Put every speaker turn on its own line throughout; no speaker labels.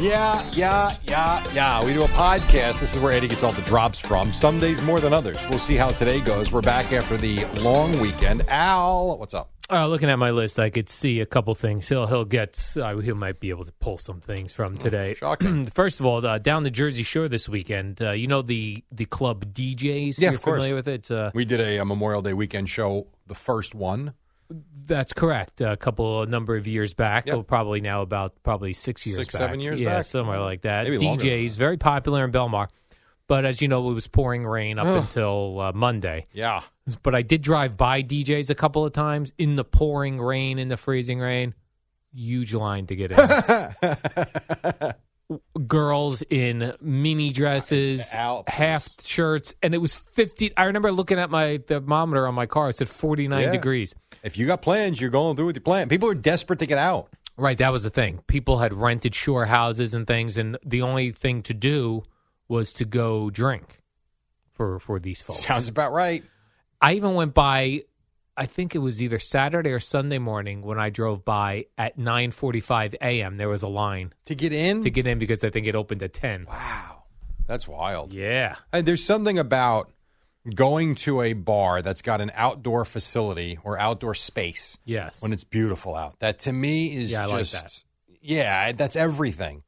Yeah, yeah, yeah, yeah. We do a podcast. This is where Eddie gets all the drops from. Some days more than others. We'll see how today goes. We're back after the long weekend. Al, what's up?
Uh, looking at my list, I could see a couple things. He'll he'll get. Uh, he might be able to pull some things from today.
Hmm, shocking.
First of all, uh, down the Jersey Shore this weekend. Uh, you know the the club DJs.
Yeah,
You're
of course.
familiar with it. Uh,
We did a, a Memorial Day weekend show, the first one.
that's correct. A couple, a number of years back.
Yep.
well, Probably now about probably six years,
Six,
back.
seven years
yeah,
back?
somewhere like that.
Maybe longer than
DJs very popular in Belmar, but as you know, it was pouring rain up until uh, Monday.
Yeah.
but I did drive by DJs a couple of times in the pouring rain, in the freezing rain. Huge line to get in. Girls in mini dresses,
Out.
half shirts, and it was fifty. I remember looking at my thermometer on my car. It said forty nine
Yeah.
degrees.
If you got plans, you're going through with your plan. People are desperate to get out.
Right, that was the thing. People had rented shore houses and things, and the only thing to do was to go drink for for these folks.
Sounds about right.
I even went by. I think it was either Saturday or Sunday morning when I drove by at 9:45 a.m. There was a line
To get in?
to get in because I think it opened at 10.
wow. That's wild.
Yeah,
And there's something about going to a bar that's got an outdoor facility or outdoor space
yes.
when it's beautiful out. That to me is
Yeah, I like
just yeah, that's everything.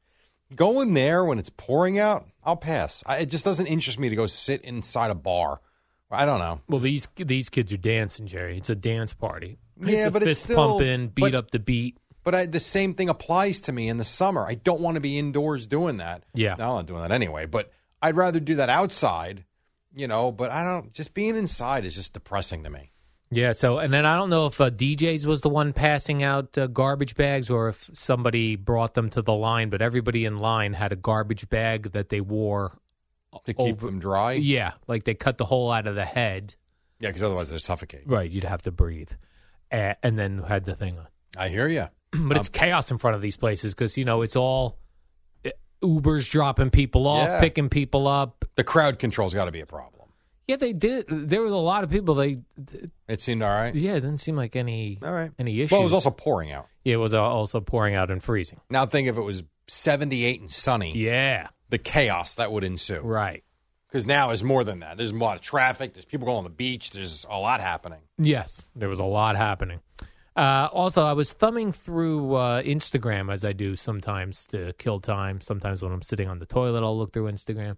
Going there when it's pouring out, I'll pass. I, it just doesn't interest me to go sit inside a bar. I don't know.
well, these these kids are dancing, Jerry. It's a dance party.
Yeah,
a
but it's
fist
still-
pumping, beat
but-
up the beat.
But I, the same thing applies to me in the summer. I don't want to be indoors doing that.
Yeah.
No, I'm not doing that anyway. But I'd rather do that outside, you know. But I don't. Just being inside is just depressing to me.
Yeah. So, and then I don't know if uh, DJs was the one passing out uh, garbage bags or if somebody brought them to the line, but everybody in line had a garbage bag that they wore.
To keep
Over-
them dry.
Yeah, like they cut the hole out of the head.
Yeah, because otherwise they're suffocating.
Right, you'd have to breathe, uh, and then had the thing on.
I hear you.
But
Um,
it's chaos in front of these places because you know it's all uh, Ubers dropping people off,
Yeah.
picking people up.
The crowd control's got to be a problem.
Yeah, they did. There was a lot of people. They
It seemed all right.
yeah, it didn't seem like any
All right.
any issues.
Well, it was also pouring out.
Yeah, it was uh, also pouring out and freezing.
Now think if it was 78 and sunny,
Yeah,
the chaos that would ensue.
right.
Because now is more than that. There's a lot of traffic. There's people going on the beach. There's a lot happening.
Yes, there was a lot happening. Uh, also, I was thumbing through uh, Instagram as I do sometimes to kill time. Sometimes when I'm sitting on the toilet, I'll look through Instagram.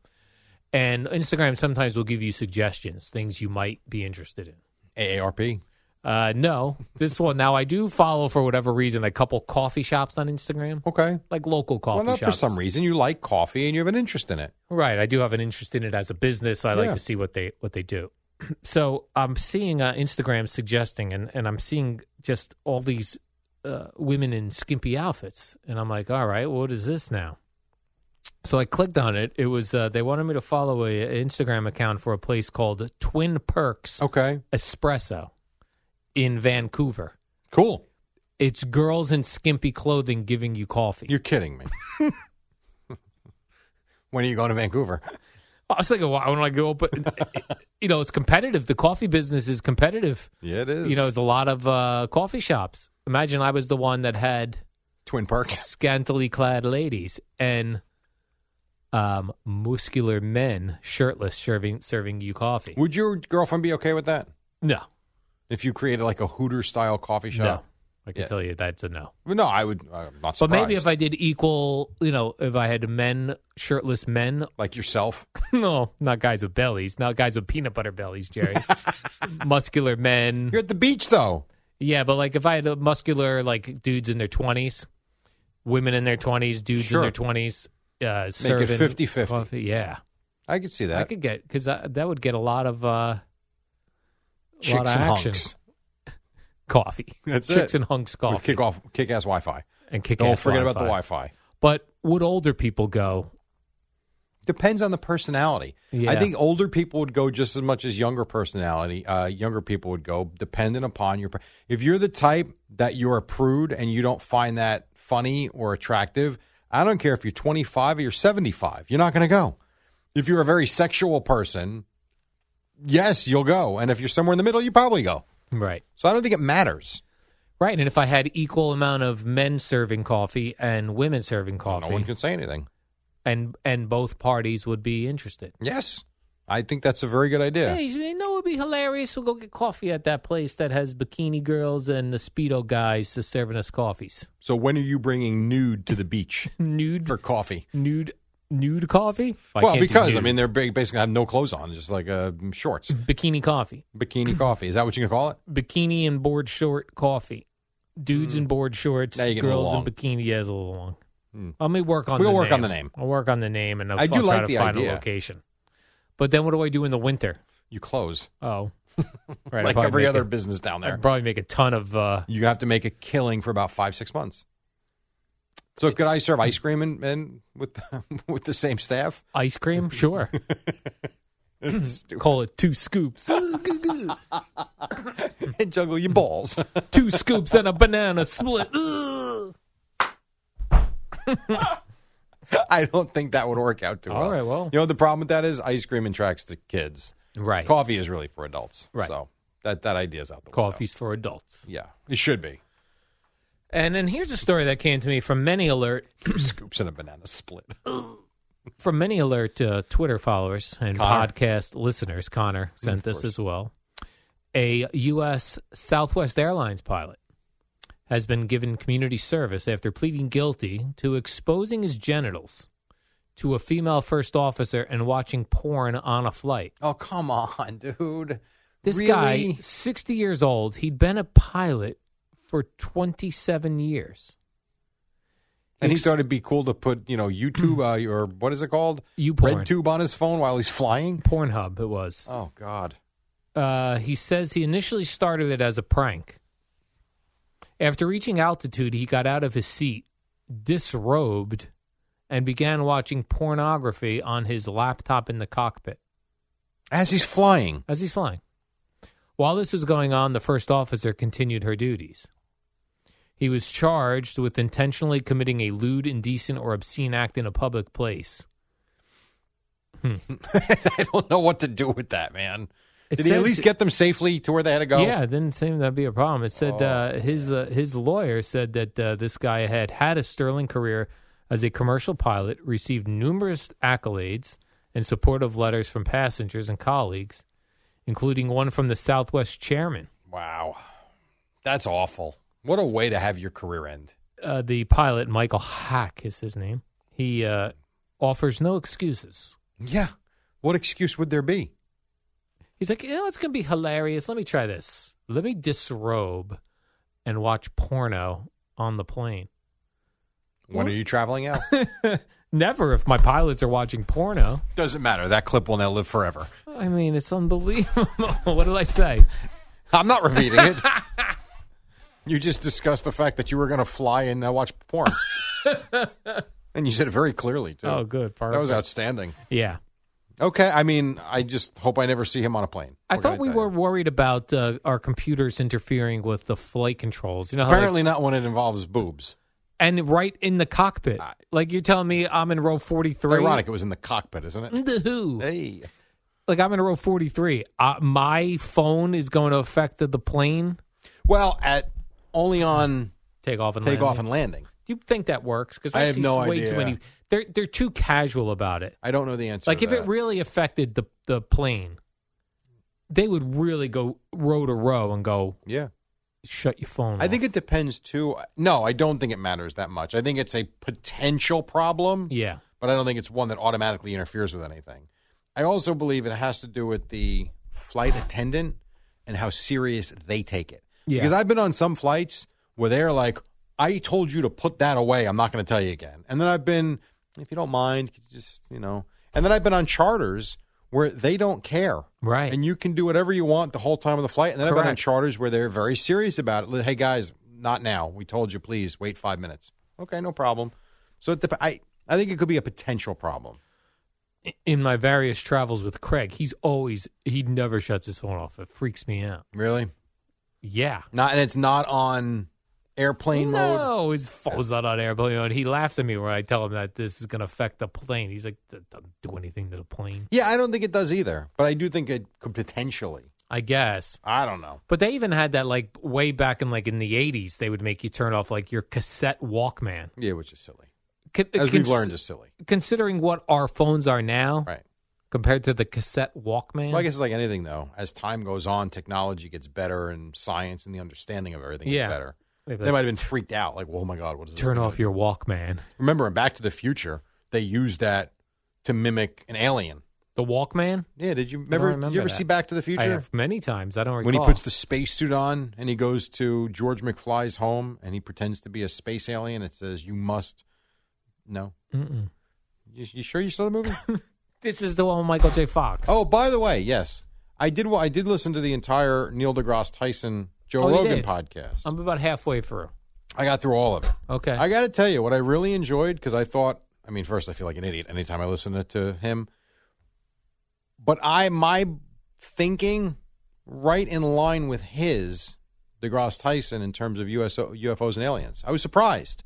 And Instagram sometimes will give you suggestions, things you might be interested in.
AARP.
Uh, no, this one now I do follow for whatever reason a couple coffee shops on Instagram,
Okay.
like local coffee
Well, not for
shops.
some reason. You like coffee and you have an interest in it.
Right. I do have an interest in it as a business, so I like
Yeah.
to see what they what they do. So I'm seeing uh, Instagram suggesting, and, and I'm seeing just all these uh, women in skimpy outfits, and I'm like, all right, what is this now? So I clicked on it. It was uh, they wanted me to follow a, a Instagram account for a place called Twin Perks
Okay.
Espresso in Vancouver.
Cool.
It's girls in skimpy clothing giving you coffee.
You're kidding me. when are you going to Vancouver?
I was thinking, why would I go? But you know, it's competitive. The coffee business is competitive.
Yeah, it is.
You know, there's a lot of uh, coffee shops. Imagine I was the one that had
Twin Parks.
scantily clad ladies and um, muscular men, shirtless, serving serving you coffee.
Would your girlfriend be okay with that?
No,
If you created like a Hooter style coffee
no,
shop?
I can
Yeah.
tell you that's a no.
No. No, I would. I'm not
But
surprised.
maybe if I did equal, you know, if I had men, shirtless men,
Like yourself.
no, not guys with bellies, not guys with peanut butter bellies, Jerry. muscular men.
You're at the beach, though.
Yeah, but like if I had a muscular like dudes in their twenties, women in their twenties, dudes
Sure.
in their twenties, uh, serving
50-50.
coffee, Yeah,
I could see that.
I could get because that would get a lot of uh,
Chicks
lot of
and
action.
hunks.
coffee,
That's
chicks
it.
and hunks
With
coffee,
kick off, kick ass Wi-Fi.
and kick.
Don't forget about the Wi-Fi.
But would older people go?
Depends on the personality. I
Yeah.
think older people would go just as much as younger personality. Uh, younger people would go, dependent upon your. per- If you're the type that you're a prude and you don't find that funny or attractive, I don't care if you're 25 or you're 75. You're not going to go. If you're a very sexual person, yes, you'll go. And if you're somewhere in the middle, you probably go.
Right,
So I don't think it matters.
right. And if I had equal amount of men serving coffee and women serving
No one
coffee,
can say anything.
and and both parties would be interested.
Yes, I think that's a very good idea.
Hey, you know, it would be hilarious. We'll go get coffee at that place that has bikini girls and the Speedo guys is serving us coffees.
So when are you bringing nude to the beach
Nude,
for coffee?
nude, nude coffee? I
well,
can't do
because I
nude.
mean they're ba- basically have no clothes on, just like uh, shorts,
bikini coffee,
bikini coffee. Is that what you gonna call it?
bikini and board short coffee. Dudes in board shorts,
Hmm. Now you're getting a
girls in
long. Hmm.
bikini. Yeah, it's a little long. Let me work on.
We'll
the
work
name.
on the name.
I'll work on the name, and I'll
I
I'll
do
try
like
to
the
find
idea.
a location. But then, what do I do in the winter?
You close
Oh, right. I'd
like
probably
every
make
other
a-
business down there.
I'd probably make a ton of. Uh,
You have to make a killing for about five six months. So could I serve ice cream and, and with the, with the same staff?
Ice cream, sure.
It's stupid.
Call it two scoops,
and juggle your balls.
two scoops and a banana split. Ugh.
I don't think that would work out too well.
All right, well.
you know the problem with that is ice cream attracts the kids.
Right,
Coffee is really for adults.
Right.
So that that idea's out the window.
coffee's for adults.
Yeah, it should be.
And then here's a story that came to me from many alert
Scoops and a banana split.
from many alert uh, Twitter followers and
Connor. Mm,
podcast listeners. Connor sent this as well. A U.S. Southwest Airlines pilot has been given community service after pleading guilty to exposing his genitals to a female first officer and watching porn on a flight.
Oh, come on, dude.
This
Really?
guy, 60 years old, he'd been a pilot for 27 years.
And he thought it'd be cool to put, you know, YouTube uh, or what is it called?
You porn.
Red tube on his phone while he's flying.
Pornhub, it was.
Oh God. Oh.
Uh, he says he initially started it as a prank. After reaching altitude, he got out of his seat, disrobed, and began watching pornography on his laptop in the cockpit.
As he's flying.
as he's flying. While this was going on, the first officer continued her duties. He was charged with intentionally committing a lewd, indecent, or obscene act in a public place.
I don't know what to do with that, man.
It
Did he at
says-
least get them safely to where they had to go? Oh,
Yeah, it didn't seem that'd be a problem. It said uh, his uh, his lawyer said that uh, this guy had had a sterling career as a commercial pilot, received numerous accolades and supportive letters from passengers and colleagues, including one from the Southwest chairman.
Wow. That's awful. What a way to have your career end.
uh, the pilot Michael Hack is his name. He uh, offers no excuses.
Yeah. What excuse would there be?
He's like, you know, it's gonna be hilarious. Let me try this. Let me disrobe and watch porno on the plane.
When are you traveling out?
Never if my pilots are watching porno.
Doesn't matter. That clip will now live forever.
I mean, it's unbelievable. what did I say?
I'm not repeating it. you just discussed the fact that you were going to fly and uh, watch porn. and you said it very clearly, too.
Oh, good.
that was
Perfect.
outstanding.
Yeah.
Okay, I mean, I just hope I never see him on a plane.
I
What can
thought we
tell you?
were worried about uh, our computers interfering with the flight controls. You know, how, like,
Apparently not when it involves boobs.
and right in the cockpit. Like you're telling me I'm in row 43.
Ironic, it was in the cockpit, isn't it?
The who?
Hey.
like I'm in row 43. Uh, my phone is going to affect the, the plane
Well, at only on
take off and
takeoff
landing.
and landing.
Do you think that works? Because
I
I,
have
see
no
way
idea.
too many. They're they're too casual about it.
I don't know the answer.
like
to
if
that.
it really affected the the plane, they would really go row to row and go
yeah.
shut your phone.
I think
off."
it depends too. No, I don't think it matters that much. I think it's a potential problem.
yeah.
but I don't think it's one that automatically interferes with anything. I also believe it has to do with the flight attendant and how serious they take it.
Yeah.
Because I've been on some flights where they're like, I told you to put that away. I'm not going to tell you again. And then I've been, if you don't mind, could you just, you know. And then I've been on charters where they don't care.
Right.
And you can do whatever you want the whole time of the flight. And then I've been on
Correct.
charters where they're very serious about it. Like, Hey, guys, not now. We told you, please wait five minutes. Okay, no problem. So it dep- I, I think it could be a potential problem.
in my various travels with Craig, he's always he never shuts his phone off. It freaks me out.
Really?
Yeah.
Not, and it's not on airplane mode.
No, his phone's not on airplane mode. He laughs at me when I tell him that this is going to affect the plane. He's like, "That doesn't do anything to the plane,
Yeah, I don't think it does either, but I do think it could potentially.
I guess.
I don't know.
But they even had that like way back in like in the '80s. They would make you turn off like your cassette Walkman.
Yeah, which is silly.
Con-
As we've
cons-
learned, is silly.
considering what our phones are now
Right.
compared to the cassette Walkman.
Well, I guess it's like anything, though. As time goes on, technology gets better, and science and the understanding of everything
Yeah.
gets better.
They'd be
They
like,
might have been freaked out, like, "Oh my God, what is this?"
turn
thing
off your
doing?"
Walkman.
Remember in Back to the Future, they used that to mimic an alien.
The Walkman.
Yeah, did you remember? did
remember
you ever
that.
see Back to the
I
Future?
have many times. I don't recall
When he puts the spacesuit on and he goes to George McFly's home and he pretends to be a space alien, it says, "You must." No,
Mm-mm.
you, you sure you saw the movie?
This is the one with Michael J. Fox.
Oh, by the way, yes, I did. wa- I did listen to the entire Neil deGrasse Tyson Joe
Oh, you
Rogan
did?
podcast.
I'm about halfway through.
I got through all of it.
Okay.
I got to tell you what I really enjoyed because I thought. I mean, first I feel like an idiot anytime I listen to, to him, but I my thinking right in line with his deGrasse Tyson in terms of USO, UFOs and aliens. I was surprised.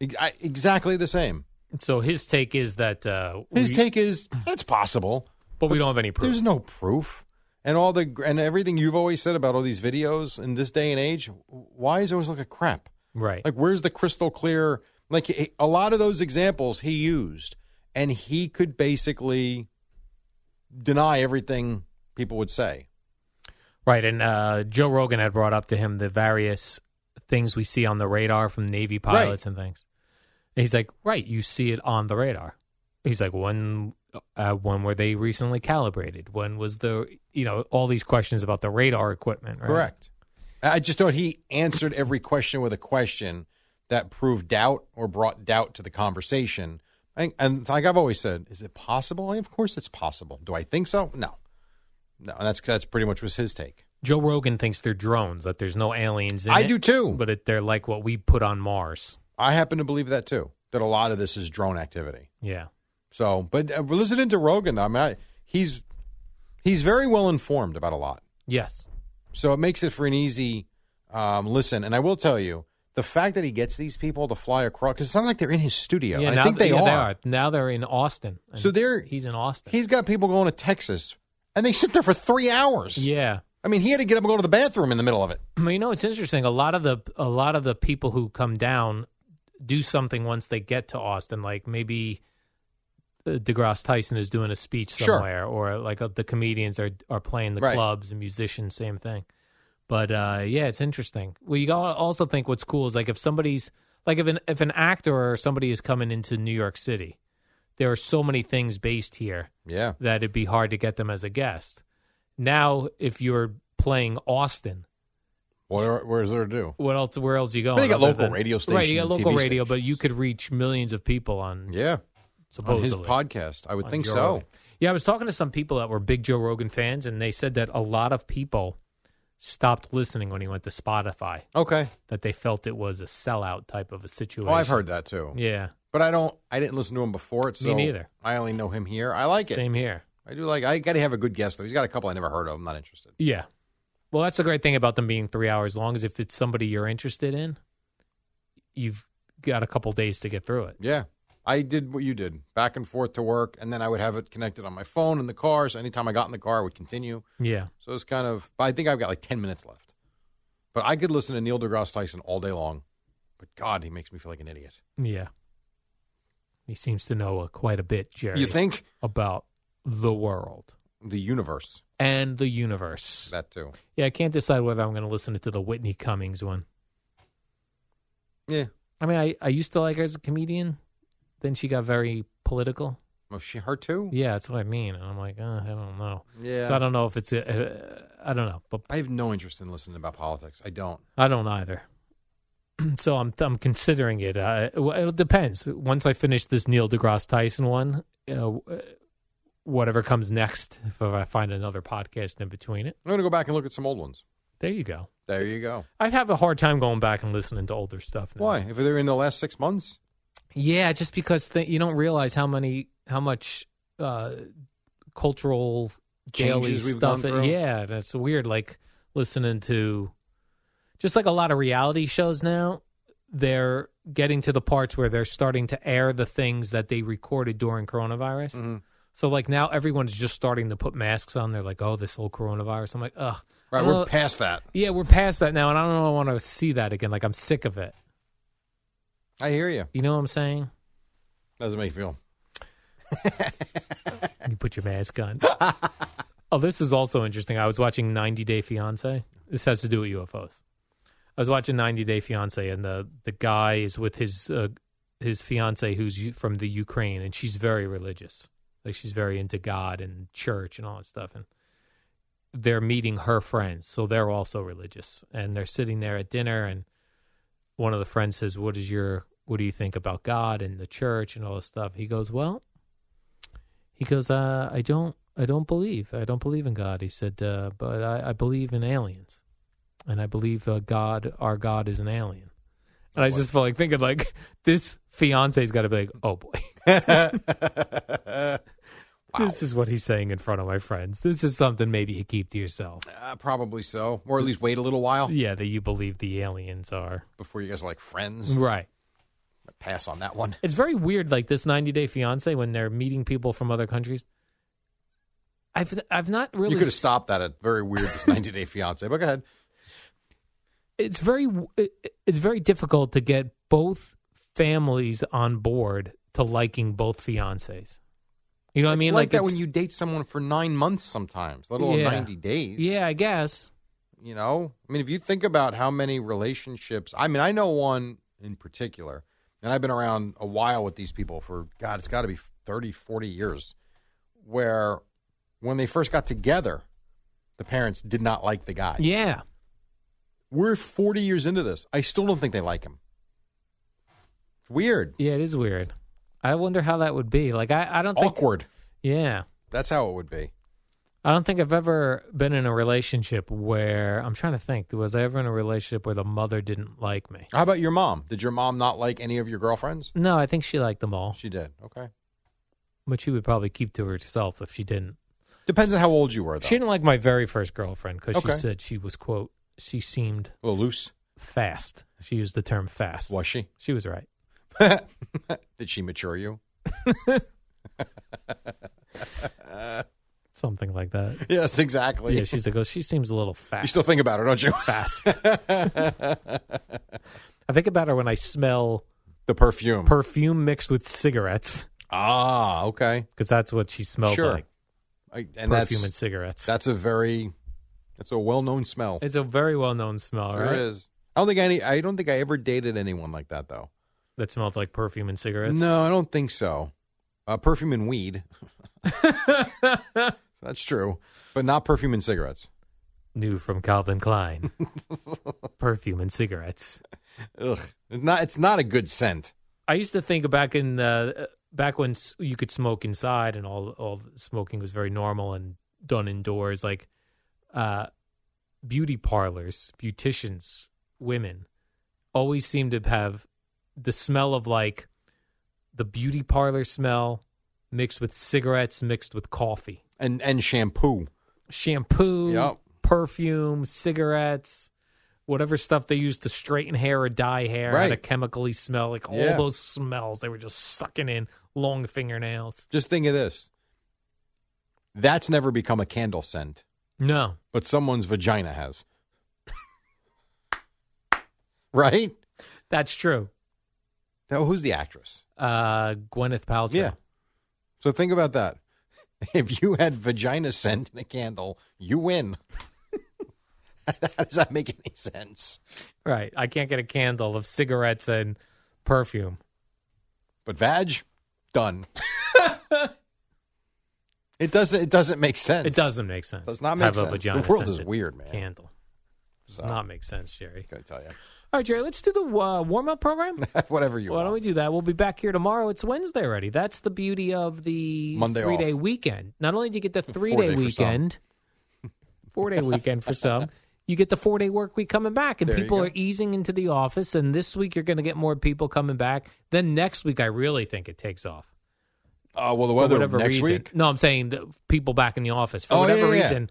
Ex- I- exactly the same.
so his take is that uh,
His
we-
take is it's possible.
but we don't have any proof.
There's no proof. And all the and everything you've always said about all these videos in this day and age, why is it always like a crap?
Right.
Like where's the crystal clear? Like he- a lot of those examples he used, and he could basically deny everything people would say.
right. And uh, Joe Rogan had brought up to him the various things we see on the radar from Navy pilots and things. And he's like, right, you see it on the radar. He's like, when, uh, when were they recently calibrated? When was the, you know, all these questions about the radar equipment, right?
Correct. I I just thought he answered every question with a question that proved doubt or brought doubt to the conversation. And, and like I've always said, is it possible? of course, it's possible. Do I think so? No, no. And that's that's pretty much was his take.
Joe Rogan thinks they're drones, that there's no aliens in
I
it,
do too.
But it, they're like what we put on Mars.
I happen to believe that too. That a lot of this is drone activity.
Yeah.
So, but uh, listening to Rogan, I mean, I, he's he's very well informed about a lot.
Yes.
So it makes it for an easy um, listen. And I will tell you, the fact that he gets these people to fly across, because it's not like they're in his studio. And I think they,
yeah,
are.
Now they're in Austin. And
So they're-
he's in Austin.
He's got people going to Texas, and they sit there for three hours.
yeah.
I mean, he had to get up and go to the bathroom in the middle of it.
Well, you know, it's interesting. A lot of the a lot of the people who come down do something once they get to Austin. Like maybe uh, DeGrasse Tyson is doing a speech
Sure.
somewhere, or like uh, the comedians are are playing the
Right.
clubs and musicians, same thing. But uh, yeah, it's interesting. Well, you gotta also think what's cool is like if somebody's like if an if an actor or somebody is coming into New York City, there are so many things based here
Yeah.
that it'd be hard to get them as a guest. Now, if you're playing Austin,
What, are- what is there to do?
what else? Where else you going?
They got
other
local radio
Right, you
stations
got
and
local
TV
radio, but
stations.
you could reach millions of people on
Yeah. On
supposedly
his podcast. I would
on
think
Joe
so.
Rogan. Yeah, I was talking to some people that were big Joe Rogan fans, and they said that a lot of people stopped listening when he went to Spotify.
Okay.
That they felt it was a sellout type of a situation.
Oh, I've heard that too.
Yeah,
But I don't, I didn't listen to him before it. So
neither.
I only know him here. I like it.
same here.
I do like, I got to have a good guest though. He's got a couple I never heard of. I'm not interested.
Yeah. Well, that's the great thing about them being three hours long is if it's somebody you're interested in, you've got a couple days to get through it.
Yeah. I did what you did, back and forth to work, and then I would have it connected on my phone in the car. So anytime I got in the car, I would continue.
Yeah.
So it's kind of, but I think I've got like 10 minutes left. But I could listen to Neil deGrasse Tyson all day long. But God, he makes me feel like an idiot.
Yeah. He seems to know uh, quite a bit, Jerry.
You think?
about the world
The universe.
and the universe.
That too.
Yeah, I can't decide whether I'm going to listen to the Whitney Cummings one.
Yeah.
I mean, I, I used to like her as a comedian. Then she got very political.
Oh, she, her too.
Yeah, that's what I mean. And I'm like, uh, I don't know.
Yeah.
So I don't know if it's, uh, I don't know, but
I have no interest in listening about politics. I don't.
I don't either. so I'm I'm considering it. Uh, well, it depends. Once I finish this Neil deGrasse Tyson one, you know, uh, whatever comes next, if I find another podcast in between it,
I'm gonna go back and look at some old ones.
there you go.
There you go.
I have a hard time going back and listening to older stuff. Now.
Why? If they're in the last six months,
Yeah, just because th- you don't realize how many, how much uh, cultural daily
Changes we've
stuff.
gone through.
yeah, that's weird. Like listening to, just like a lot of reality shows now, they're getting to the parts where they're starting to air the things that they recorded during coronavirus.
Mm-hmm.
So like now everyone's just starting to put masks on. They're like, oh, this whole coronavirus. I'm like, ugh. I
right?
don't
We're
know-
past that.
yeah, we're past that now, and I don't want to see that again. Like I'm sick of it.
I hear you.
You know what I'm saying?
Doesn't make you feel.
You put your mask on. oh, this is also interesting. I was watching 90 Day Fiance. This has to do with UFOs. I was watching 90 Day Fiance, and the the guy is with his uh, his fiance who's U- from the Ukraine, and she's very religious. Like she's very into God and church and all that stuff. And they're meeting her friends, so they're also religious, and they're sitting there at dinner, and one of the friends says, "What is your what do you think about God and the church and all this stuff?" He goes, "Well." he goes uh, i don't i don't believe i don't believe in god he said uh, but I, I believe in aliens and i believe uh, god our god is an alien and i just felt like thinking like this fiance's got to be like oh boy this is what he's saying in front of my friends this is something maybe you keep to yourself
Uh, probably so, or at least wait a little while
yeah that you believe the aliens are
before you guys are like friends.
right
Pass on that one.
It's very weird, like this 90 Day Fiance, when they're meeting people from other countries. I've I've not really.
You could have stopped that at very weird this 90 day fiance, but go ahead.
It's very it- it's very difficult to get both families on board to liking both fiancés. You know what I
It's
mean?
like, that
it's-
when you date someone for nine months sometimes, let alone
Yeah.
90 days.
Yeah, I guess.
You know, I mean, if you think about how many relationships, I mean, I know one in particular, and I've been around a while with these people for, God, it's got to be 30, 40 years, where when they first got together, the parents did not like the guy.
Yeah,
We're 40 years into this. I still don't think they like him. It's weird,
yeah, it is weird. I wonder how that would be. Like, I, I don't think.
awkward.
Yeah.
That's how it would be.
I don't think I've ever been in a relationship where I'm trying to think. Was I ever in a relationship where the mother didn't like me?
How about your mom? Did your mom not like any of your girlfriends?
No, I think she liked them all,
She did. Okay.
but she would probably keep to herself if she didn't.
Depends on how old you were, though.
She didn't like my very first girlfriend because
Okay.
she said she was quote she seemed
a little loose.
fast. She used the term fast.
Was she?
She was right.
Did she mature you?
Something like that.
Yes, exactly.
Yeah, she's like, oh, she seems a little fast.
you still think about her, don't you?
fast. I think about her when I smell
The perfume.
perfume mixed with cigarettes
ah, okay.
because that's what she smelled
Sure.
like.
I, and
perfume and
that's
cigarettes.
that's a very that's a well known smell.
It's a very well known smell,
Sure
right?
is. I don't think any. I don't think I ever dated anyone like that though.
That smells like perfume and cigarettes.
No, I don't think so. Uh, perfume and weed. that's true, but not perfume and cigarettes.
New from Calvin Klein. perfume and cigarettes.
Ugh, it's not. It's not a good scent.
I used to think back in the back when s- you could smoke inside and all all smoking was very normal and done indoors, like uh, beauty parlors, beauticians, women always seem to have the smell of like the beauty parlor smell mixed with cigarettes, mixed with coffee,
And and shampoo.
shampoo,
Yep.
perfume, cigarettes. Whatever stuff they used to straighten hair or dye hair had a
Right.
chemically smell, like all
Yeah.
those smells they were just sucking in long fingernails.
Just think of this. That's never become a candle scent,
No.
but someone's vagina has. right?
That's true.
Now, who's the actress?
Uh Gwyneth Paltrow.
Yeah. So think about that. If you had vagina scent in a candle, you win. How does that make any sense?
Right. I can't get a candle of cigarettes and perfume.
But vag, done. It doesn't. It doesn't make sense.
It doesn't make sense.
Does not make
Have
sense.
a vagina
The world is
scented
weird, man.
Candle does
So,
not make sense, Jerry.
gonna tell you.
All right, Jerry, let's do the uh, warm up program.
Whatever you
Why
want.
don't we do that? We'll be back here tomorrow. It's Wednesday already. That's the beauty of the
Monday
three day
off.
weekend. Not only do you get the three
day
day
for some.
weekend, four day weekend for some, you get the four day work week coming back, and
There you
people
go.
are easing into the office. And this week you're going to get more people coming back. Then next week, I really think it takes off.
Uh, well, the
for
weather
whatever
next
reason.
week.
No, I'm saying the people back in the office for
Oh,
whatever
yeah, yeah, yeah.
reason.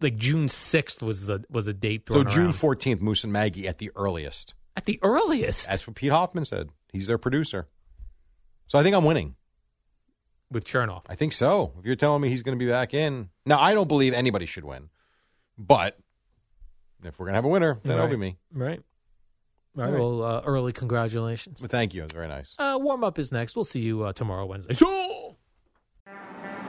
Like June sixth was the was a date
So
thrown
June
around.
fourteenth, Moose and Maggie at the earliest.
at the earliest
That's what Pete Hoffman said. He's their producer. So I think I'm winning.
with Chernoff.
I think so. If you're telling me he's going to be back in, now I don't believe anybody should win, but if we're going to have a winner, then it'll be
Right.
me.
Right. All right.
All right.
Well, uh, early congratulations.
But thank you. It's very nice.
Uh, warm up is next. We'll see you uh, tomorrow, Wednesday. So-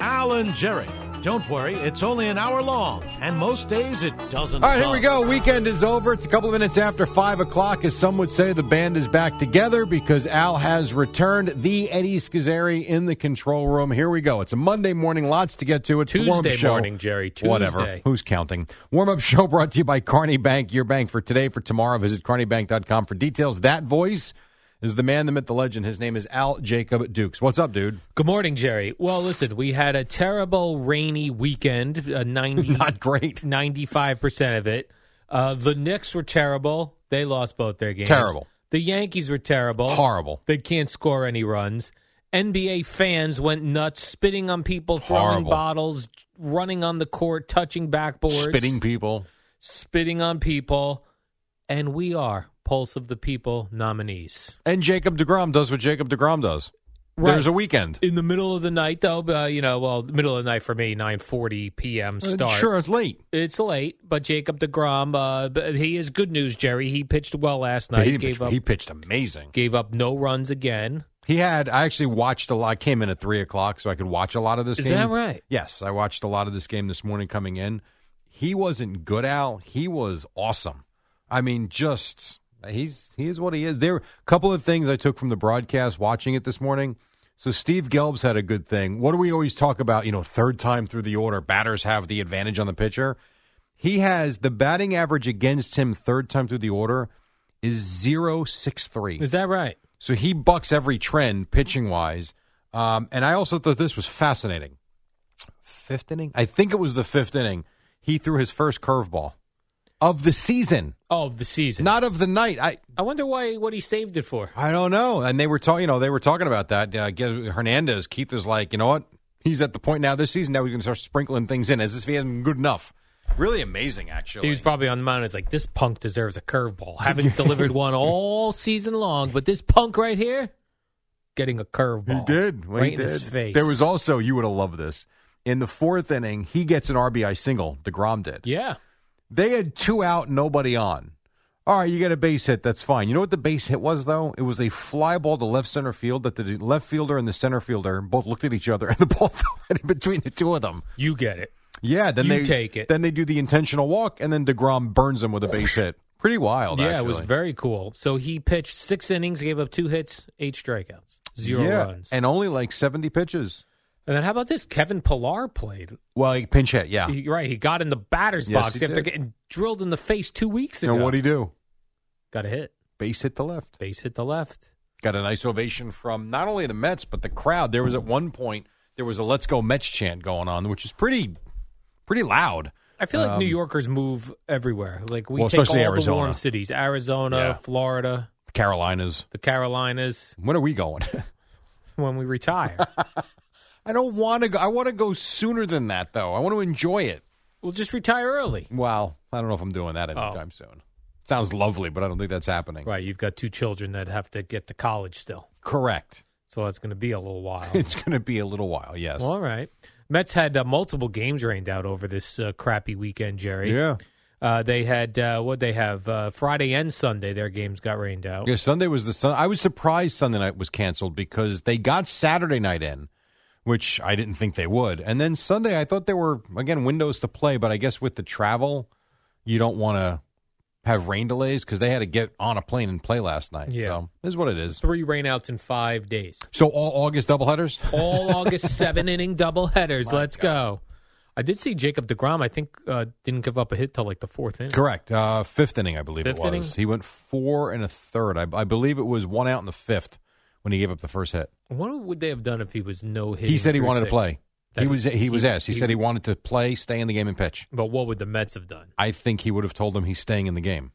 Alan Jerry. Don't worry, it's only an hour long, and most days it doesn't.
All right, here
suck.
we go. Weekend is over. It's a couple of minutes after five o'clock. As some would say, the band is back together because Al has returned. The Eddie Schizzeri in the control room. Here we go. It's a Monday morning. Lots to get to. It's a warm
Tuesday
show.
morning, Jerry. Tuesday.
Whatever. Who's counting? Warm up show brought to you by Carney Bank. Your bank for today, for tomorrow. Visit carneybank.com for details. That voice is the man, the myth, the legend. His name is Al Jacob Dukes. What's up, dude?
Good morning, Jerry. Well, listen, we had a terrible rainy weekend. Uh, 90,
Not great.
95% of it. Uh, the Knicks were terrible. They lost both their games.
Terrible.
The Yankees were terrible.
Horrible.
They can't score any runs. NBA fans went nuts, spitting on people, throwing
Horrible.
bottles, running on the court, touching backboards,
Spitting people.
spitting on people. And we are Pulse of the People nominees.
And Jacob DeGrom does what Jacob DeGrom does. There's a weekend.
in the middle of the night, though, uh, you know, well, the middle of the night for me, 9.40 p.m. start.
Uh, Sure, it's late.
It's late, but Jacob DeGrom, uh, but he is good news, Jerry. He pitched well last
But
night.
he,
gave
didn't pitch-
up
he pitched amazing.
gave up no runs again.
He had. I actually watched a lot. I came in at three o'clock, so I could watch a lot of this.
Is
game.
that right?
Yes, I watched a lot of this game this morning coming in. He wasn't good, Al. He was awesome. I mean, just he's he is what he is. There were a couple of things I took from the broadcast watching it this morning. So Steve Gelbs had a good thing. What do we always talk about? You know, third time through the order, batters have the advantage on the pitcher. He has the batting average against him third time through the order is zero six three.
Is that right?
So he bucks every trend pitching wise. Um, and I also thought this was fascinating. Fifth inning? I think it was the fifth inning. He threw his first curveball of the season,
Oh, the season.
not of the night. I
I wonder why what he saved it for.
I don't know. And they were talking, you know, they were talking about that. Uh, get- Hernandez, Keith was like, you know what? He's at the point now this season now he's going to start sprinkling things in as if he hasn't good enough. Really amazing, actually.
He was probably on the mound. It's like this punk deserves a curveball. Haven't delivered one all season long, but this punk right here getting a curveball.
He did. Well,
right
he
in his
did.
face.
There was also you would have loved this. In the fourth inning, he gets an RBI single. Degrom did.
yeah.
They had two out, nobody on. All right, you get a base hit. That's fine. You know what the base hit was though? It was a fly ball to left center field that the left fielder and the center fielder both looked at each other, and the ball fell right in between the two of them.
You get it.
Yeah, then
You
they
take it.
Then they do the intentional walk, and then Degrom burns him with a base hit. Pretty wild.
yeah, it
actually.
was very cool. So he pitched six innings, gave up two hits, eight strikeouts, zero
yeah,
runs.
and only like seventy pitches.
and then how about this? Kevin Pillar played.
Well, like pinch hit. Yeah.
He- right, he got in the batter's
Yes,
box
he
after
did.
getting drilled in the face two weeks ago.
and what do you do?
got a hit,
Base hit to left.
base hit to left.
got a nice ovation from not only the Mets but the crowd. There was at one point there was a "Let's Go Mets" chant going on, which is pretty pretty loud.
I feel like New
Um,
Yorkers move everywhere. Like we
Well,
take all
especially
the warm
Arizona.
cities: Arizona,
Yeah.
Florida,
Carolinas,
the Carolinas.
when are we going?
When we retire,
I don't want to go. I want to go sooner than that, though. I want to enjoy it.
we'll just retire early.
Well, I don't know if I'm doing that anytime soon. Sounds lovely, but I don't think that's happening.
Oh. Right. You've got two children that have to get to college still.
Correct.
So that's going to be a little while.
It's going to be a little while. Yes.
Well, all right. Mets had uh, multiple games rained out over this uh, crappy weekend, Jerry.
yeah.
Uh, they had uh, what they have uh, Friday and Sunday. Their games got rained out.
Yeah. Sunday was the sun. I was surprised Sunday night was canceled because they got Saturday night in, which I didn't think they would. And then Sunday, I thought there were again windows to play, but I guess with the travel, you don't want to have rain delays because they had to get on a plane and play last night.
Yeah.
So this is what it is.
Three rainouts in five days.
So all August doubleheaders.
All August seven inning doubleheaders. Let's go. I did see Jacob Degrom. I think uh, didn't give up a hit till like the fourth inning.
Correct. Uh, fifth inning, I believe it
Fifth
was.
inning?
He went four and a third. I, I believe it was one out in the fifth when he gave up the first hit.
What would they have done if he was no hit?
he said he wanted to play. he
That-
was he, was
he-
asked. He,
he-
said he wanted to play, stay in the game, and pitch.
But what would the Mets have done?
I think he would have told him he's staying in the game.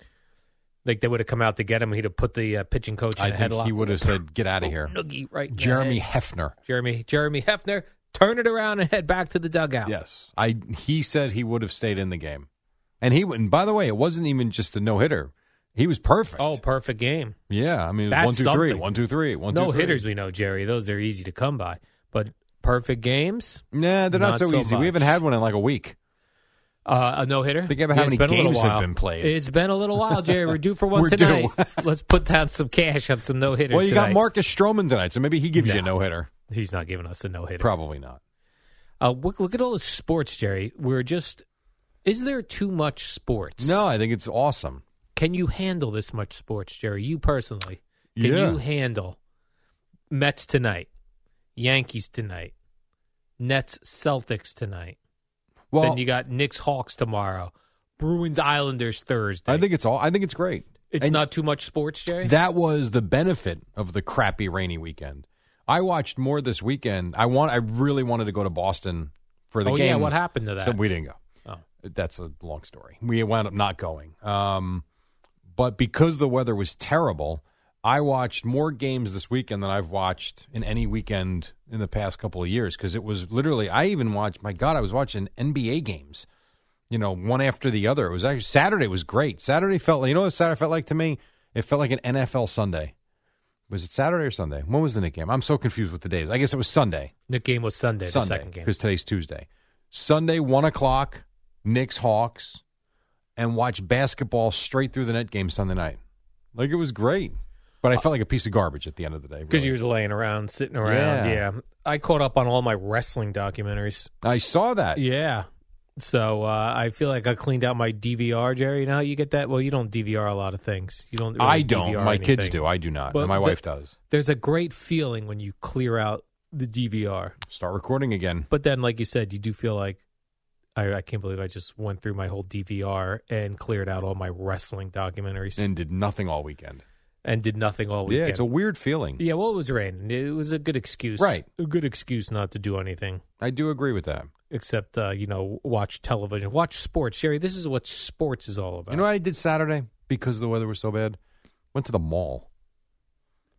Like they would have come out to get him. He'd have put the uh, pitching coach in
I
a Oh,
think
headlock.
he would have said, "Get out of here."
Noogie right. in the
Jeremy
head.
Hefner.
Jeremy. Jeremy Hefner. Turn it around and head back to the dugout.
Yes, I. He said he would have stayed in the game, and he wouldn't. By the way, it wasn't even just a no hitter. He was perfect.
Oh, perfect game.
yeah. I mean,
That's
one, two, three,
something.
one, two, three, one, two,
no
three.
hitters we know, Jerry. Those are easy to come by. But perfect games.
Nah, they're not,
Not
so,
so
easy. We
much.
haven't had one in like a week.
Uh, a no hitter.
Think about how many games have been played.
It's been a little while, Jerry. We're due for one
We're due.
tonight. Let's put down some cash on some no hitters.
Well, you got Marcus Stroman tonight, so maybe he gives you a no hitter.
He's not giving us a no hitter.
Probably not.
Uh, look, look at all the sports, Jerry. We're just. Is there too much sports?
No, I think it's awesome.
Can you handle this much sports, Jerry? You personally, can
Yeah.
you handle Mets tonight, Yankees tonight, Nets Celtics tonight?
Well,
then you got Knicks Hawks tomorrow, Bruins Islanders Thursday.
I think it's all. I think it's great.
it's
and-
not too much sports, Jerry.
That was the benefit of the crappy rainy weekend. I watched more this weekend. I want. I really wanted to go to Boston for the
oh
game.
yeah, what happened to that?
So we didn't go.
Oh.
That's a long story. We wound up not going. Um, but because the weather was terrible, I watched more games this weekend than I've watched in any weekend in the past couple of years because it was literally, I even watched, my God, I was watching NBA games, you know, one after the other. It was actually, Saturday was great. Saturday felt, you know what Saturday felt like to me? It felt like an NFL Sunday. Was it Saturday or Sunday? When was the Nick game? I'm so confused with the days. I guess it was Sunday.
the game was Sunday, the
Sunday
second game.
because today's Tuesday. Sunday, one o'clock, Knicks Hawks, and watch basketball straight through the net game Sunday night. Like it was great, but I felt like a piece of garbage at the end of the day.
Because
really.
you was laying around, sitting around.
Yeah.
Yeah. I caught up on all my wrestling documentaries.
I saw that.
Yeah. So uh, I feel like I cleaned out my DVR, Jerry. Now you get that? Well, you don't DVR a lot of things. You don't. really
I don't.
DVR
My kids
anything.
do. I do not.
But
and my
the-
wife does.
There's a great feeling when you clear out the DVR,
Start recording again.
but then, like you said, you do feel like I, I can't believe I just went through my whole DVR and cleared out all my wrestling documentaries and,
And did nothing all weekend.
did nothing all
Yeah,
weekend.
it's a weird feeling.
Yeah, well, it was raining. It was a good excuse,
Right.
A good excuse not to do anything.
I do agree with that.
except uh, you know watch television, watch sports. Jerry, this is what sports is all about.
You know what I did Saturday because the weather was so bad? Went to the mall.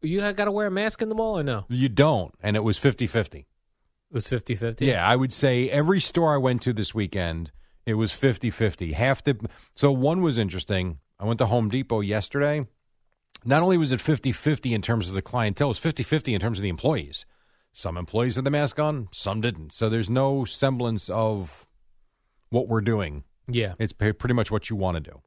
You got to wear a mask in the mall or no?
You don't, and it was 50 50.
It was 50-50.
Yeah, I would say every store I went to this weekend, it was 50-50. Half the So one was interesting. I went to Home Depot yesterday. Not only was it 50-50 in terms of the clientele, it was 50-50 in terms of the employees. Some employees had the mask on, some didn't. So there's no semblance of what we're doing.
yeah.
It's pe- pretty much what you want to do.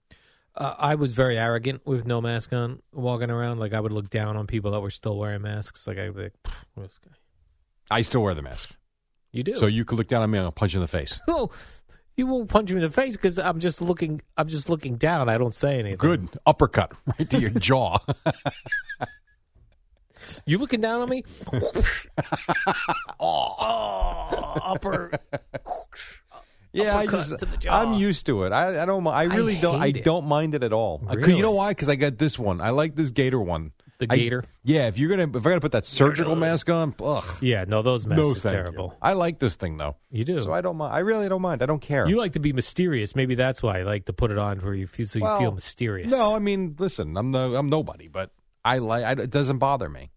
Uh, I was very arrogant with no mask on, walking around. Like I would look down on people that were still wearing masks. Like I would be like, "Pfft, what this guy.
I still wear the mask.
You do.
So you could look down at me and I'll punch you in the face.
no, you won't punch me in the face because I'm just looking. I'm just looking down. I don't say anything.
Good uppercut right to your jaw.
You looking down on me? oh, upper.
Yeah, I
uppercut
just,
to the jaw.
I'm used to it. I, I don't. mi- I really don't. I
hate it.
don't mind it at all. 'Cause
Really?
You know why? Because I got this one. I like this gator one.
The
I-
gator?
yeah. If you're gonna, if I gotta put that surgical mask on, ugh.
Yeah, no, those masks
no,
are
thank
terrible.
You. I like this thing though,
You do.
so I don't mind. I really don't mind. I don't care.
You like to be mysterious. Maybe that's why I like to put it on where you feel so you
Well,
feel mysterious.
No, I mean, listen, I'm no, I'm nobody, but I like. I, it doesn't bother me.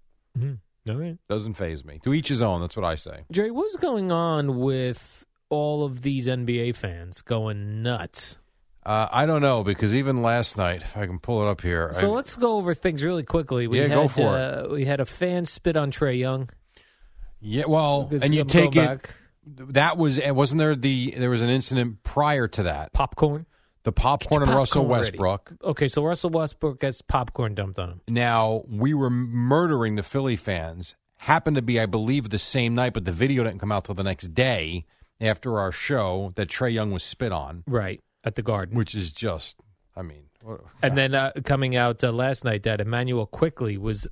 All right.
Doesn't phase me. To each his own. That's what I say.
Jerry, what's going on with all of these NBA fans going nuts?
Uh, I don't know because even last night, if I can pull it up here,
So
I-
let's go over things really quickly. We
Yeah,
had,
go for
uh, We had a fan spit on Trey Young.
yeah, well,
This
and
is
you
gonna
take
go
it.
back.
That was and wasn't there the there was an incident prior to that
popcorn.
the popcorn and Russell
popcorn ready.
Westbrook.
Okay, so Russell Westbrook gets popcorn dumped on him.
Now we were murdering the Philly fans. Happened to be, I believe, the same night, but the video didn't come out till the next day after our show that Trey Young was spit on,
Right at the Garden.
which is just, I mean, what-
And then uh, coming out uh, last night that Emmanuel quickly was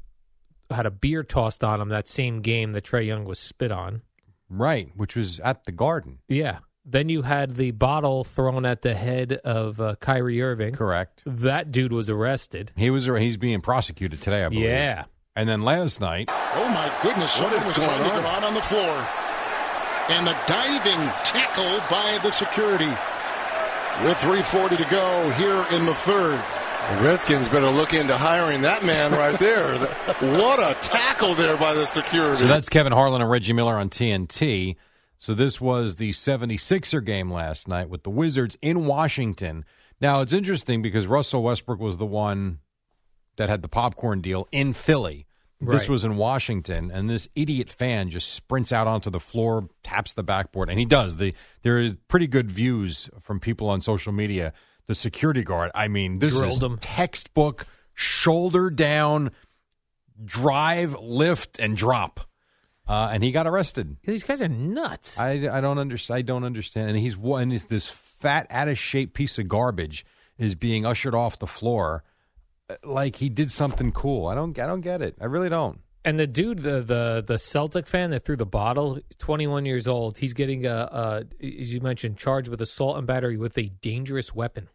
had a beer tossed on him that same game that Trey Young was spit on.
right, which was at the Garden,
Yeah. Then you had the bottle thrown at the head of uh, Kyrie Irving.
correct?
That dude was arrested.
He was he's being prosecuted today, I believe.
Yeah.
And then last night,
Oh my goodness! What is going on? out on the floor, and a diving tackle by the security. With 3:40 to go here in the third.
Redskins better look into hiring that man right there. what a tackle there by the security.
so that's Kevin Harlan and Reggie Miller on TNT. So this was the 76er game last night with the Wizards in Washington. Now it's interesting because Russell Westbrook was the one that had the popcorn deal in Philly. This
Right.
was in Washington, and this idiot fan just sprints out onto the floor, taps the backboard, and he does. The there is pretty good views from people on social media. The security guard, I mean, this
Drilled
is
him.
textbook shoulder down, drive, lift, and drop, uh, and he got arrested.
These guys are nuts.
I, I don't understand. I don't understand. And he's one is this fat, out of shape piece of garbage is being ushered off the floor, uh, like he did something cool. I don't. I don't get it. I really don't.
and the dude, the, the the Celtic fan that threw the bottle, 21 years old, he's getting, uh uh as you mentioned, charged with assault and battery with a dangerous weapon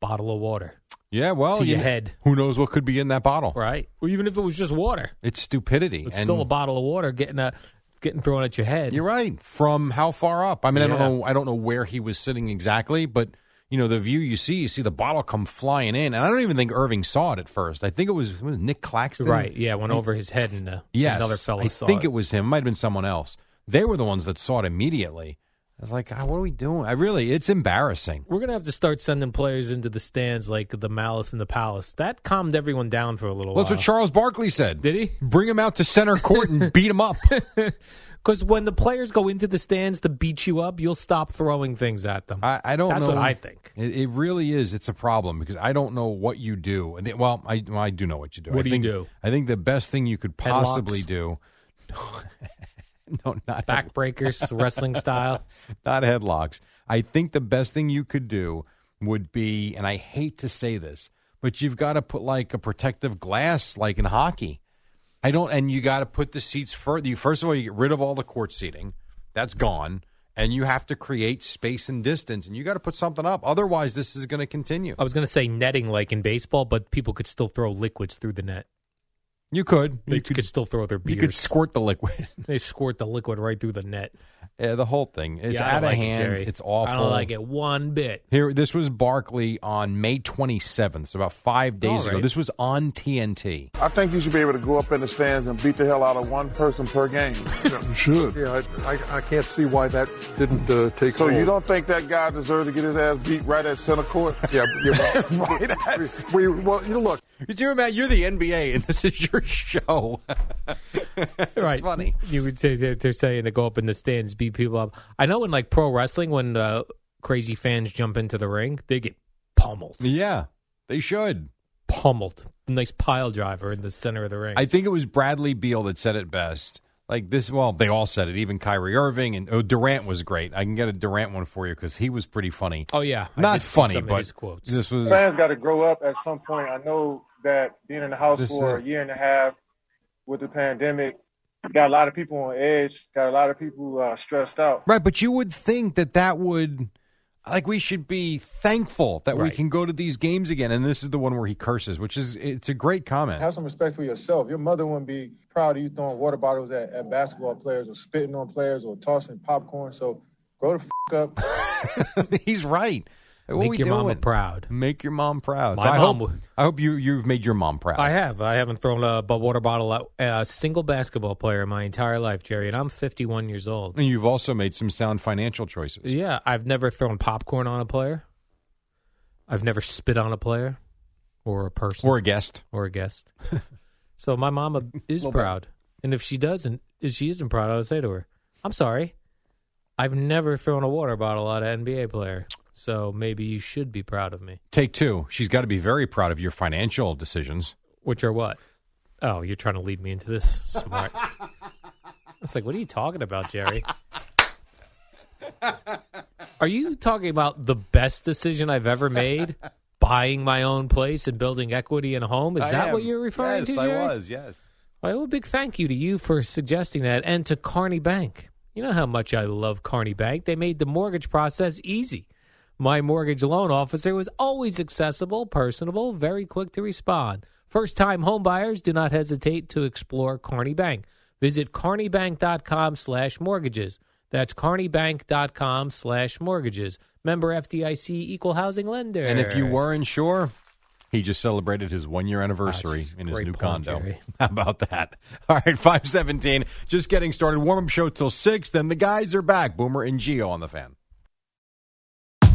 bottle of water.
Yeah. Well,
To
you
your
kn-
head.
Who knows what could be in that bottle?
Right. Or even if it was just water.
It's stupidity.
It's
and
still a bottle of water getting a, getting thrown at your head.
You're right. From how far up? I mean, I don't
Yeah.
know. I don't know where he was sitting exactly, but you know the view you see. You see the bottle come flying in, and I don't even think Irving saw it at first. I think it was, was it Nick Claxton.
right. Yeah, went over his head and uh,
Yes,
another fellow
I
saw
think
it.
it. was him. It might have been someone else. They were the ones that saw it immediately. I was like, God, what are we doing? I really, it's embarrassing.
We're gonna have to start sending players into the stands like the Malice in the Palace. That calmed everyone down for a little
Well, that's
while.
what Charles Barkley said.
Did he?
Bring him out to center court and beat him up.
Because when the players go into the stands to beat you up, you'll stop throwing things at them.
I, I don't
That's
know.
what I think.
It, it really is. It's a problem because I don't know what you do. And they- well, I, well, I do know what you do.
What
I
do you
think,
do?
I think the best thing you could
Headlocks?
possibly do. No, not
Backbreakers, wrestling style.
not headlocks. I think the best thing you could do would be, and I hate to say this, but you've got to put like a protective glass, like in hockey. I don't, and you got to put the seats further. You first of all, you get rid of all the court seating, that's gone, and you have to create space and distance, and you got to put something up. Otherwise, this is going to continue.
I was gonna say netting like in baseball, but people could still throw liquids through the net.
You could,
They
you
could,
could,
still throw their
you could
beers.
squirt the liquid.
they squirt the liquid right through the net.
Yeah, the whole thing. It's
Yeah, I don't
out of
like it,
hand.
Jerry.
it's awful.
I don't like it one bit.
Here, this was Barkley on May 27th, so about five days
All
ago.
right.
This was on TNT.
I think you should be able to go up in the stands and beat the hell out of one person per game.
you should. Yeah, I, I, I can't see why that didn't uh, take
So you don't think that guy deserves to get his ass beat right at center court?
Yeah, yeah right. We, we- well, you look.
You're doing that. You're the NBA, and this is your show.
right.
funny.
You would say that they're saying to go up in the stands, beat people up. I know in like pro wrestling, when uh, crazy fans jump into the ring, they get pummeled,
yeah, they should.
pummeled. Nice pile driver in the center of the ring.
I think it was Bradley Beal that said it best. Like this, well, they all said it. Even Kyrie Irving and oh, Durant was great. I can get a Durant one for you because he was pretty funny.
oh yeah, I
Not
did see
funny,
some of
but
his quotes.
this was
Fans got to grow up at some point. I know that being in the house
This
for
is-
a year and a half with the pandemic got a lot of people on edge, got a lot of people uh, stressed out.
Right, but you would think that that would like we should be thankful that we
Right.
can go to these games again and this is the one where he curses, which is it's a great comment.
Have some respect for yourself. Your mother wouldn't be proud of you throwing water bottles at, at basketball players or spitting on players or tossing popcorn. So grow the f- up.
He's right. What
Make
we
your mama
doing?
proud.
Make your mom proud.
My
So I
mom
hope
would-
I hope you you've made your mom proud.
I have. I haven't thrown a, bu- water bottle at a single basketball player in my entire life, Jerry, and I'm 51 years old.
And you've also made some sound financial choices.
Yeah, I've never thrown popcorn on a player. I've never spit on a player or a person
or a guest.
or a guest. so my mama is proud, and if she doesn't, if she isn't proud, I would say to her, "I'm sorry, I've never thrown a water bottle at an NBA player, so maybe you should be proud of me."
Take two. She's got to be very proud of your financial decisions.
Which are what? Oh, you're trying to lead me into this smart. It's like, what are you talking about, Jerry? Are you talking about the best decision I've ever made? Buying my own place and building equity in a home? Is that what you're referring to? Jerry?
Yes.
Well, a big thank you to you for suggesting that and to Carney Bank. You know how much I love Carney Bank. They made the mortgage process easy. My mortgage loan officer was always accessible, personable, very quick to respond. First-time home buyers do not hesitate to explore Carney Bank. Visit carneybank.com slash mortgages. That's carneybank.com slash mortgages. Member FDIC equal housing lender.
And if you weren't sure, he just celebrated his one year anniversary in his
great
new
point,
condo.
Jerry.
How about that? All right, 517. Just getting started. Warm up show till 6. Then the guys are back. Boomer and Geo on the fan.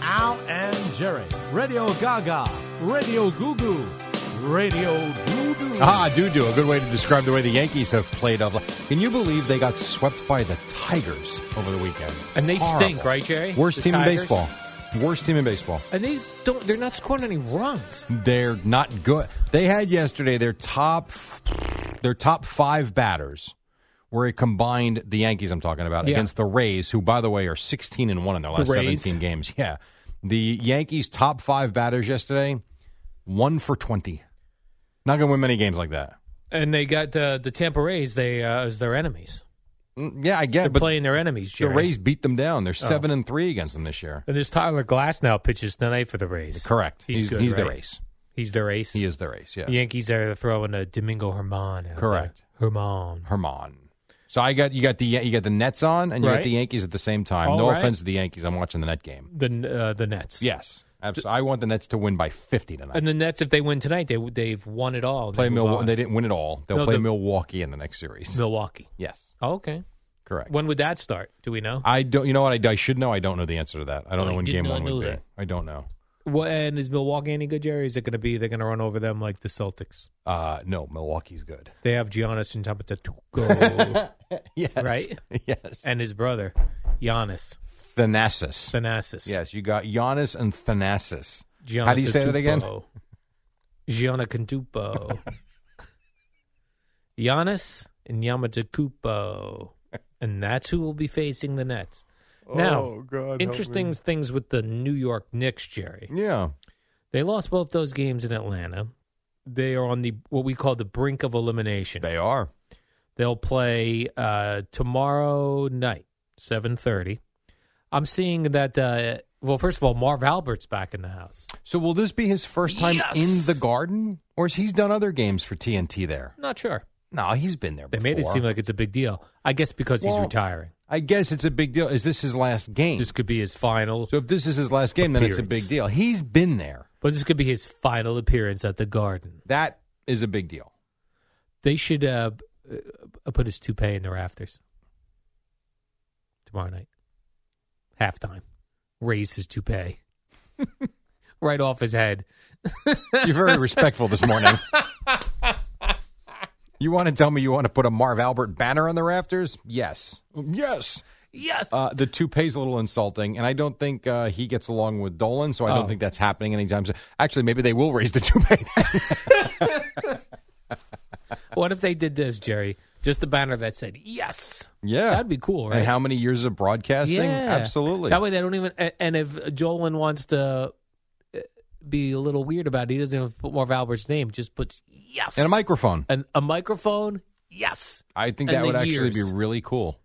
Al and Jerry. Radio Gaga. Radio Goo Goo. Radio Doo Doo.
Ah, do do. A good way to describe the way the Yankees have played. Of Can you believe they got swept by the Tigers over the weekend?
And they
Horrible.
stink, right, Jerry?
Worst
The
team
Tigers?
in baseball. Worst team in baseball.
And they don't they're not scoring any runs.
They're not good. They had yesterday their top their top five batters where it combined the Yankees I'm talking about
Yeah.
against the Rays, who by the way are 16 and one in their last
Rays?
17 games. Yeah, the Yankees top five batters yesterday, one for 20. Not going to win many games like that.
And they got uh, the Tampa Rays. They uh, as their enemies.
Mm, Yeah, I get.
They're
it, But
playing their enemies.
the
Jerry. Oh.
Rays beat them down. They're seven and three against them this year.
And this Tyler Glass now pitches tonight for the Rays.
Correct.
He's,
he's,
good.
he's
right?
their ace.
He's their ace.
He is their ace. Yes.
The Yankees are throwing a Domingo Herman. out
Correct.
there. Herman.
Herman. So I got you got the you got the Nets on and you
Right.
got the Yankees at the same time.
All
no
right.
offense to the Yankees, I'm watching the net game.
The uh, the Nets.
Yes, Abs- I want the Nets to win by 50 tonight.
And the Nets, if they win tonight, they they've won it all.
play
They move
Milwaukee.
on.
They didn't win it all. They'll
No,
play
the-
Milwaukee in the next series.
Milwaukee.
yes,
Oh, okay.
correct.
When would that start? Do we know?
I don't. You know what? I, I should know. I don't know the answer to that. I don't
I
know when
did
game
not
one
know
would be.
that.
I don't know.
What, and is Milwaukee any good, Jerry? Is it going to be they're going to run over them like the Celtics?
Uh, no, Milwaukee's good.
They have Giannis and Antetokounmpo
Yes,
Right?
Yes,
and his brother Giannis
Thanasis.
Thanasis.
yes, you got Giannis and Thanasis.
Gianna
How do you say that again?
Contupo. Gianna Contupo. Giannis and Yamatakupo. And that's who will be facing the Nets. now, interesting things with the New York Knicks, Jerry.
Yeah,
They lost both those games in Atlanta. They are on the what we call the brink of elimination.
they are.
They'll play uh, tomorrow night, seven thirty. I'm seeing that. Uh, well, first of all, Marv Albert's back in the house.
So will this be his first time
Yes.
in the Garden, or has he's done other games for TNT there?
Not sure.
No, he's been there.
They
Before.
made it seem like it's a big deal. I guess because he's
Well, hmm.
retiring.
I guess it's a big deal. Is this his last game?
This could be his final,
so if this is his last game, then it's a
Appearance.
big deal. He's been there.
but this could be his final appearance at the Garden.
That is a big deal.
They should uh, b- uh, put his toupee in the rafters tomorrow night, halftime. Raise his toupee right off his head.
You're very respectful this morning. You want to tell me you want to put a Marv Albert banner on the rafters? Yes, yes.
Yes,
Uh, the toupee's a little insulting, and I don't think uh, he gets along with Dolan, so I
Oh.
don't think that's happening anytime soon. Actually, maybe they will raise the toupee.
What if they did this, Jerry? Just a banner that said "Yes."
Yeah.
that'd be cool, right?
And how many years of broadcasting? Absolutely.
That way they don't even. a- And if Jolin wants to uh, be a little weird about it, he doesn't even put Marv Albert's name. Just puts "Yes"
and a microphone.
and a microphone. Yes,
I think
and
that
the
would actually be
years.
really cool.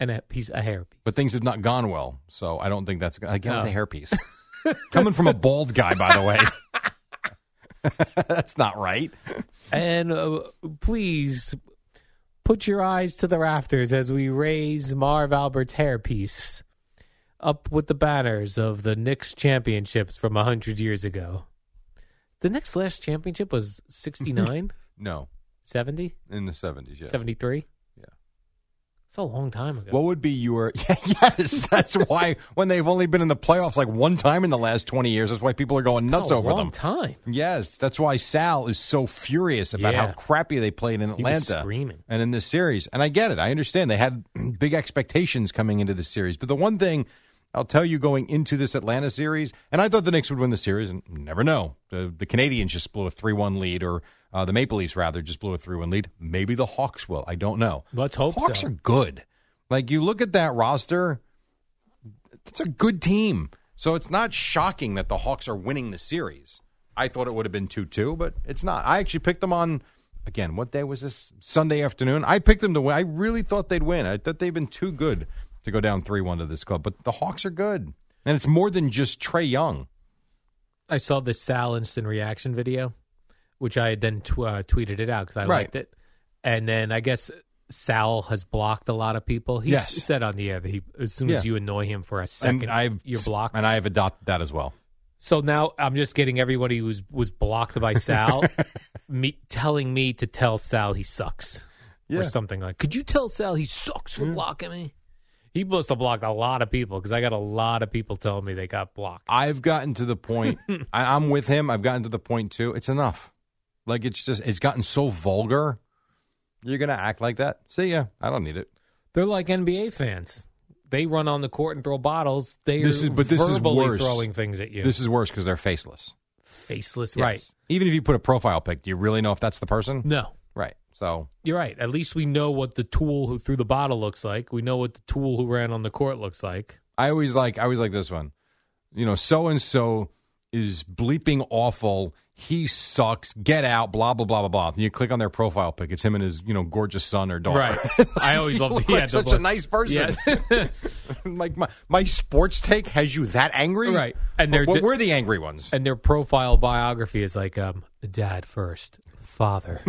and a piece a hairpiece.
But things have not gone well, so I don't think that's going to get
No.
the hairpiece. Coming from a bald guy, by the way. That's not right.
And uh, please put your eyes to the rafters as we raise Marv Albert's hairpiece up with the banners of the Knicks championships from 100 years ago. The Knicks' last championship was 69,
No,
70,
in the 70s, yeah.
73.
Yeah.
It's a long time ago.
What would be your yes? That's why when they've only been in the playoffs like one time in the last twenty years, that's why people are going nuts
Oh,
over
long
them.
time.
Yes, that's why Sal is so furious about
Yeah.
how crappy they played in
He was
Atlanta
screaming.
and in this series. And I get it. I understand they had big expectations coming into this series. But the one thing I'll tell you going into this Atlanta series, and I thought the Knicks would win the series, and you never know. The, the Canadians just blew a 3 1 lead, or uh, the Maple Leafs, rather, just blew a 3 1 lead. Maybe the Hawks will. I don't know.
Let's hope
Hawks
so.
are good. Like, you look at that roster, it's a good team. So it's not shocking that the Hawks are winning the series. I thought it would have been 2 2, but it's not. I actually picked them on, again, what day was this? Sunday afternoon. I picked them to win. I really thought they'd win. I thought they've been too good to go down 3 1 to this club, but the Hawks are good. And it's more than just Trey Young.
I saw this Sal instant reaction video, which I had then tw- uh, tweeted it out because I
Right.
liked it. And then I guess Sal has blocked a lot of people. He
Yes.
s- said on the air that he, as soon
Yeah.
as you annoy him for a second,
and I've,
you're blocked.
And I have adopted that as well.
So now I'm just getting everybody who was, was blocked by Sal me, telling me to tell Sal he sucks
Yeah.
or something like. Could you tell Sal he sucks for blocking me? He must have blocked a lot of people because I got a lot of people telling me they got blocked.
I've gotten to the point. I, I'm with him. I've gotten to the point too. It's enough. Like it's just it's gotten so vulgar. You're gonna act like that. See ya. I don't need it.
They're like NBA fans. They run on the court and throw bottles. They
This
are
is- but this is
verbally
worse.
throwing things at you.
This is worse because they're faceless.
faceless,
Yes.
right?
Even if you put a profile pic, do you really know if that's the person?
No,
Right. So
you're right. At least we know what the tool who threw the bottle looks like. We know what the tool who ran on the court looks like.
I always like I always like this one. You know, so and so is bleeping awful. He sucks. Get out. Blah blah blah blah blah. And you click on their profile pic. It's him and his you know gorgeous son or daughter.
Right. I always
You
love
look
the
Oh. like
yeah,
such
double-
a nice person.
Yeah.
like my, my sports take has you that angry
Right. And they're
But
di-
we're the angry ones
and their profile biography is like um, dad first, father,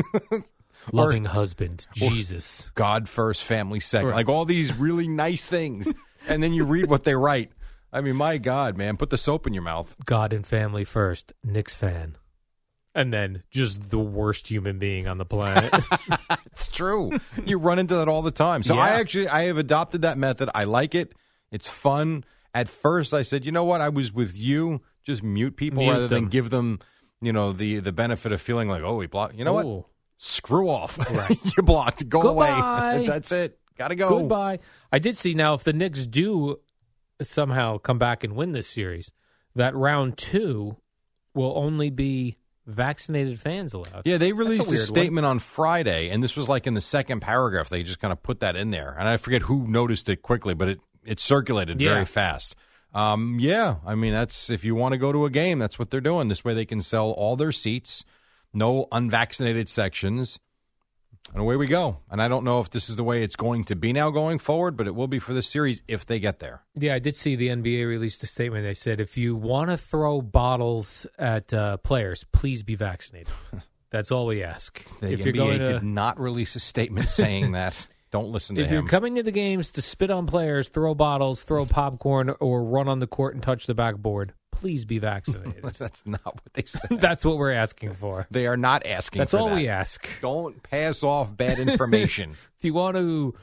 loving husband, Jesus.
god first family second
Right.
like all these really nice things and then you read what they write i mean my god man put the soap in your mouth
God and family first, Knicks fan. And then just the worst human being on the planet.
it's true you run into that all the time so i
Yeah.
actually i have adopted that method i like it it's fun at first i said you know what i was with you just mute people
Mute
rather than
them.
give them you know the the benefit of feeling like oh we blocked you know what
Ooh.
screw off. You're blocked. Go away.
Goodbye.
That's it. Gotta go.
Oh. Goodbye. I did see now if the Knicks do somehow come back and win this series, that round two will only be vaccinated fans allowed.
Yeah, they
That's
released a,
weird one.
statement on Friday, and this was like in the second paragraph. They just kind of put that in there, and I forget who noticed it quickly, but it it circulated
Yeah.
very fast. Um, yeah, I mean that's if you want to go to a game, that's what they're doing. This way, they can sell all their seats, no unvaccinated sections, and away we go. And I don't know if this is the way it's going to be now going forward, but it will be for this series if they get there.
Yeah, I did see the NBA released a statement. They said if you want to throw bottles at uh, players, please be vaccinated. That's all we ask.
The
if
NBA
you're going
did
to,
not release a statement saying that. Don't listen to
if you're
him.
coming to the games to spit on players, throw bottles, throw popcorn, or run on the court and touch the backboard, please be vaccinated.
That's not what they said.
That's what we're asking for.
they are not asking.
That's
for
all
that.
we ask.
Don't pass off bad information.
If you want to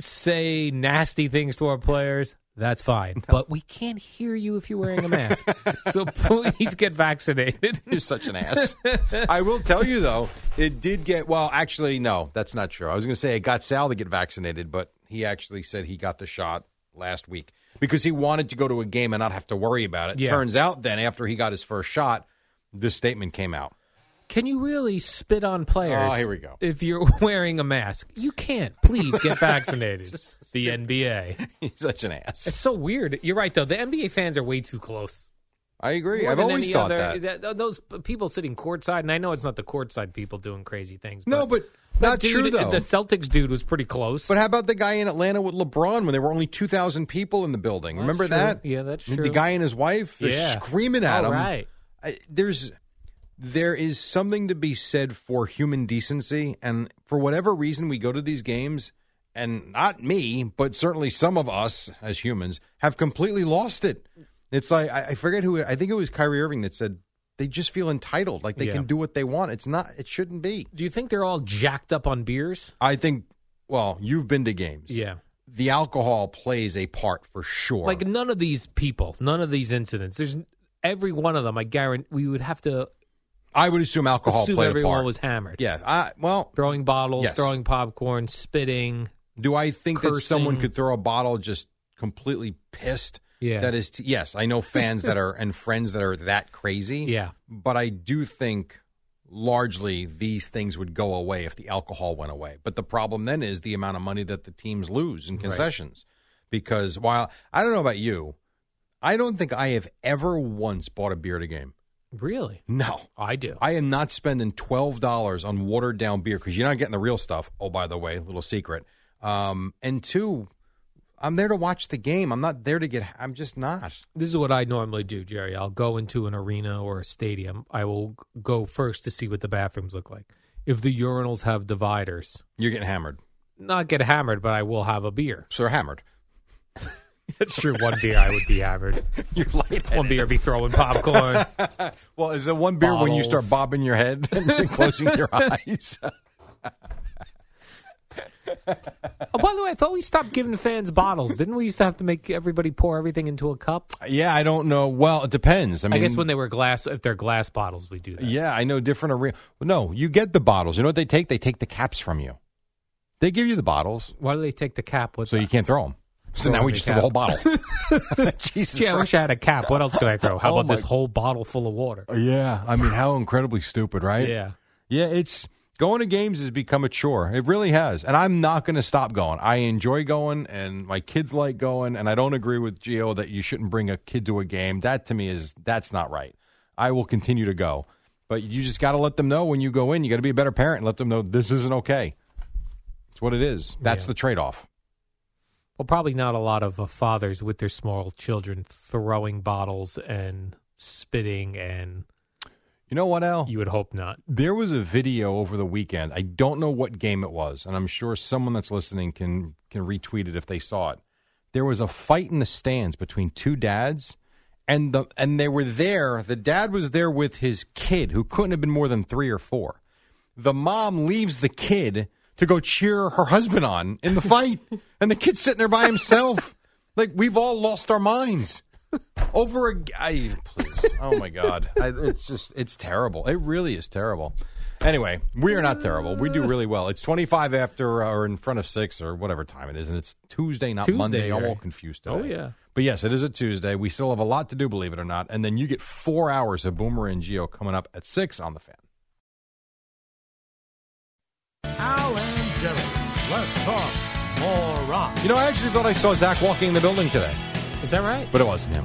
say nasty things to our players, that's fine. But we can't hear you if you're wearing a mask. so please get vaccinated.
you're such an ass. I will tell you though, it did get. Well, actually, no, that's not true. I was going to say it got Sal to get vaccinated, but he actually said he got the shot last week because he wanted to go to a game and not have to worry about it.
Yeah.
Turns out, then after he got his first shot, this statement came out.
Can you really spit on players?
Oh, here we go.
If you're wearing a mask, you can't. Please get vaccinated. the NBA.
He's such an
It's
ass.
so weird. You're right, though. The NBA fans are way too close.
I agree.
More
I've
than
always
any
thought
other-
that.
Those people sitting courtside, and I know it's not the courtside people doing crazy things.
No, but Not
dude,
true, though.
The Celtics dude was pretty close.
But how about the guy in Atlanta with LeBron when there were only 2,000 people in the building?
That's
Remember
true.
that?
Yeah, that's
The
true.
guy and his wife, they're
Yeah.
screaming at
All
him.
right.
I, there's there is something to be said for human decency and for whatever reason we go to these games and not me, but certainly some of us as humans have completely lost it. It's like I, I forget who I think it was Kyrie Irving that said they just feel entitled, like they
Yeah.
can do what they want. It's not it shouldn't be.
Do you think they're all jacked up on beers?
I think well, you've been to games.
Yeah.
The alcohol plays a part for sure.
Like none of these people, none of these incidents. There's every one of them. I guarantee we would have to
I would assume alcohol
assume
played a
everyone
part.
was hammered.
yeah, I, well,
throwing bottles,
Yes.
throwing popcorn, spitting.
Do I think that someone
Cursing.
could throw a bottle just completely pissed?
Yeah.
That is, t- yes, I know fans that are and friends that are that crazy.
Yeah.
But I do think largely these things would go away if the alcohol went away. But the problem then is the amount of money that the teams lose in concessions. Because while I don't know about you, I don't think I have ever once bought a beer at a game.
Really?
No.
I do.
I am not spending twelve dollars on watered down beer because you're not getting the real stuff. Oh, by the way, little secret. Um, and two, I'm there to watch the game. I'm not there to get. I'm just not.
This is what I normally do, Jerry. I'll go into an arena or a stadium. I will go first to see what the bathrooms look like. If the urinals have dividers,
You're getting hammered.
not get hammered, but I will have a beer.
So hammered.
That's true. One beer, I would be hammered.
You're light.
One beer, I'd be throwing popcorn.
Well, is it one beer when you start
Bottles.
bobbing your head and closing your eyes?
Oh, by the way, I thought we stopped giving fans bottles. Didn't we used to have to make everybody pour everything into a cup?
yeah, I don't know. Well, it depends. I
I,
mean,
guess when they were glass, if they're glass bottles, we do that.
yeah, I know different arena. No, you get the bottles. You know what they take? They take the caps from you. They give you the bottles,
Why do they take the cap? What's
so you can't throw them. So
Throw
now
in
we
the
just throw the
cap.
whole bottle. Jesus
Gee, I wish I had a cap. What else could I throw? How
Oh
about
my-
this whole bottle full of water?
Yeah, I mean, how incredibly stupid, right?
Yeah.
yeah. It's going to games has become a chore. It really has, and I'm not going to stop going. I enjoy going, and my kids like going, and I don't agree with Gio that you shouldn't bring a kid to a game. That to me is that's not right. I will continue to go, but you just got to let them know when you go in. You got to be a better parent and let them know this isn't okay. It's what it is. That's
Yeah.
the trade off.
Well, probably not a lot of uh, fathers with their small children throwing bottles and spitting, and
You know what, Al?
you would hope not.
There was a video over the weekend. I don't know what game it was, and I'm sure someone that's listening can can retweet it if they saw it. There was a fight in the stands between two dads, and the and they were there. The dad was there with his kid, who couldn't have been more than three or four. The mom leaves the kid to go cheer her husband on in the fight, and the kid's sitting there by himself. like we've all lost our minds over a g- I, please oh my god I, it's just it's terrible it really is terrible anyway we are not terrible we do really well it's 25 after uh, or in front of 6 or whatever time it is and it's tuesday not
Tuesday,
monday i'm
Jerry.
all confused today.
Oh, yeah.
but yes it is a tuesday we still have a lot to do believe it or not and then you get four hours of boomer and geo coming up at 6 on the fan
Al and Jerry. Less talk, more rock.
you know i actually thought i saw zach walking in the building today
Is that right?
but it wasn't him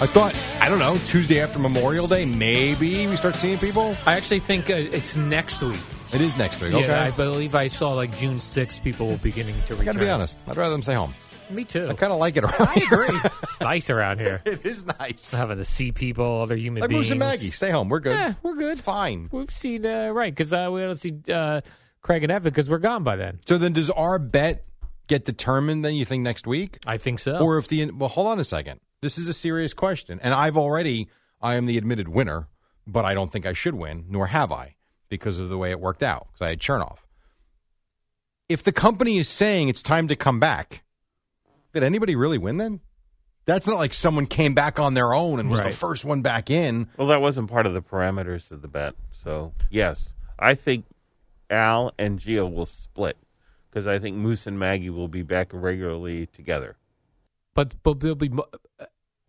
i thought i don't know tuesday after memorial day maybe we start seeing people
I actually think uh, it's next week.
it is next week okay
Yeah, I believe I saw like June 6th, people beginning to
I
return.
gotta be honest. I'd rather them stay home.
Me too.
I kind of like it. Around I agree.
it's nice around here.
it is nice.
Having to see people, other human
Like
beings.
Moose and Maggie, stay home. We're good.
Yeah, we're good.
It's fine.
We've seen uh, right because uh, we don't see uh, Craig and Evan because we're gone by then.
So then, does our bet get determined? Then you think next week,
I think so.
or if the well, hold on a second. This is a serious question, and I've already I am the admitted winner, but I don't think I should win, nor have I, because of the way it worked out. Because I had Chernoff. If the company is saying it's time to come back, did anybody really win then? That's not like someone came back on their own and was the
Right.
first one back in.
Well, that wasn't part of the parameters of the bet. So, yes, I think Al and Gio will split because I think Moose and Maggie will be back regularly together.
but but there'll be mo- uh,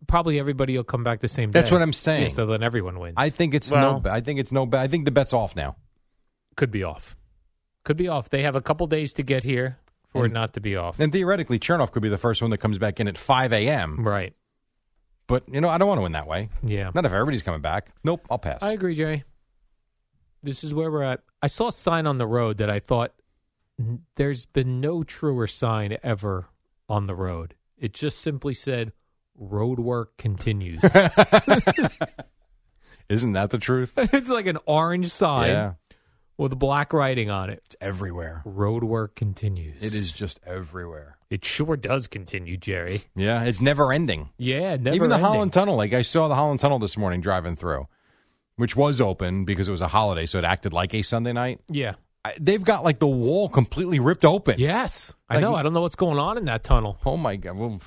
probably everybody will come back the same day.
That's what I'm saying.
Yeah, so then everyone wins.
I think it's no.
Well-
bet- I think it's no. bet- I think the bet's off now.
could be off. Could be off. They have a couple days to get here for
And-
it not to be off.
And theoretically, Chernoff could be the first one that comes back in at 5 a.m.
right.
But you know, I don't want to win that way.
Yeah.
Not if everybody's coming back. Nope, I'll pass.
I agree, Jerry. This is where we're at. I saw a sign on the road that I thought "N- there's been no truer sign ever on the road. It just simply said, road work continues.
Isn't that the truth?
it's like an orange sign
Yeah.
with black writing on it. It's
everywhere.
Road work continues.
It is just everywhere.
It sure does continue, Jerry.
Yeah, it's never ending.
Yeah, never
Even the
ending.
Holland Tunnel, like I saw the Holland Tunnel this morning driving through, which was open because it was a holiday, so it acted like a Sunday night.
Yeah.
I- They've got like the wall completely ripped open.
Yes, I
Like-
know. I don't know what's going on in that tunnel.
Oh my God! Well,